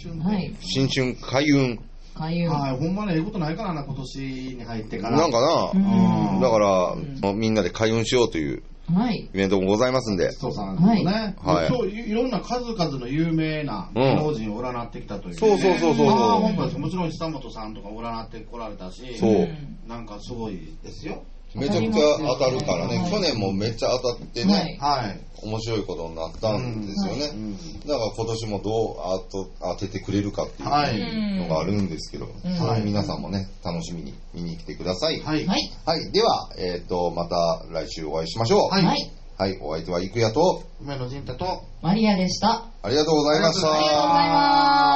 Speaker 1: 新春開運、
Speaker 2: 開運。
Speaker 3: はい、ほんまにええことないからな、今年に入ってから。
Speaker 1: なんか
Speaker 2: う
Speaker 1: な、
Speaker 2: ん
Speaker 1: だから
Speaker 2: うん、
Speaker 1: もうみんなで開運しようという
Speaker 2: はい。
Speaker 1: イベントもございますんで、
Speaker 3: そうさんですよね。
Speaker 1: はいはい
Speaker 3: そういいろんな数々の有名な
Speaker 1: うん
Speaker 3: 芸能人を占ってきたという、ね
Speaker 1: そうそうそうそう
Speaker 3: ああ、本当ですよもちろん久本さんとか占ってこられたし、
Speaker 1: そう
Speaker 2: うん
Speaker 3: なんかすごいですよ。
Speaker 1: めちゃくちゃ当たるから
Speaker 2: は
Speaker 1: ね
Speaker 2: い、
Speaker 1: 去年もめっちゃ当たって
Speaker 2: は
Speaker 1: ね
Speaker 2: い、
Speaker 3: はい。
Speaker 1: 面白いことになったんですよ
Speaker 3: う
Speaker 1: ね。
Speaker 3: ん
Speaker 1: だから今年もどうあと当ててくれるかっていう
Speaker 3: は
Speaker 1: の
Speaker 3: い。
Speaker 1: があるんですけど、
Speaker 2: うん
Speaker 1: はい皆さんもね、楽しみに見に来てください。
Speaker 3: はい。
Speaker 2: はい。
Speaker 1: はい、では、えっ、と、また来週お会いしましょう。
Speaker 3: はい
Speaker 2: はい。
Speaker 1: はい、お相手はイクヤと、
Speaker 3: 梅野仁太と、
Speaker 2: マリアでした。
Speaker 1: ありがとうございました。
Speaker 3: ありがとうございました
Speaker 2: ありがとうございます。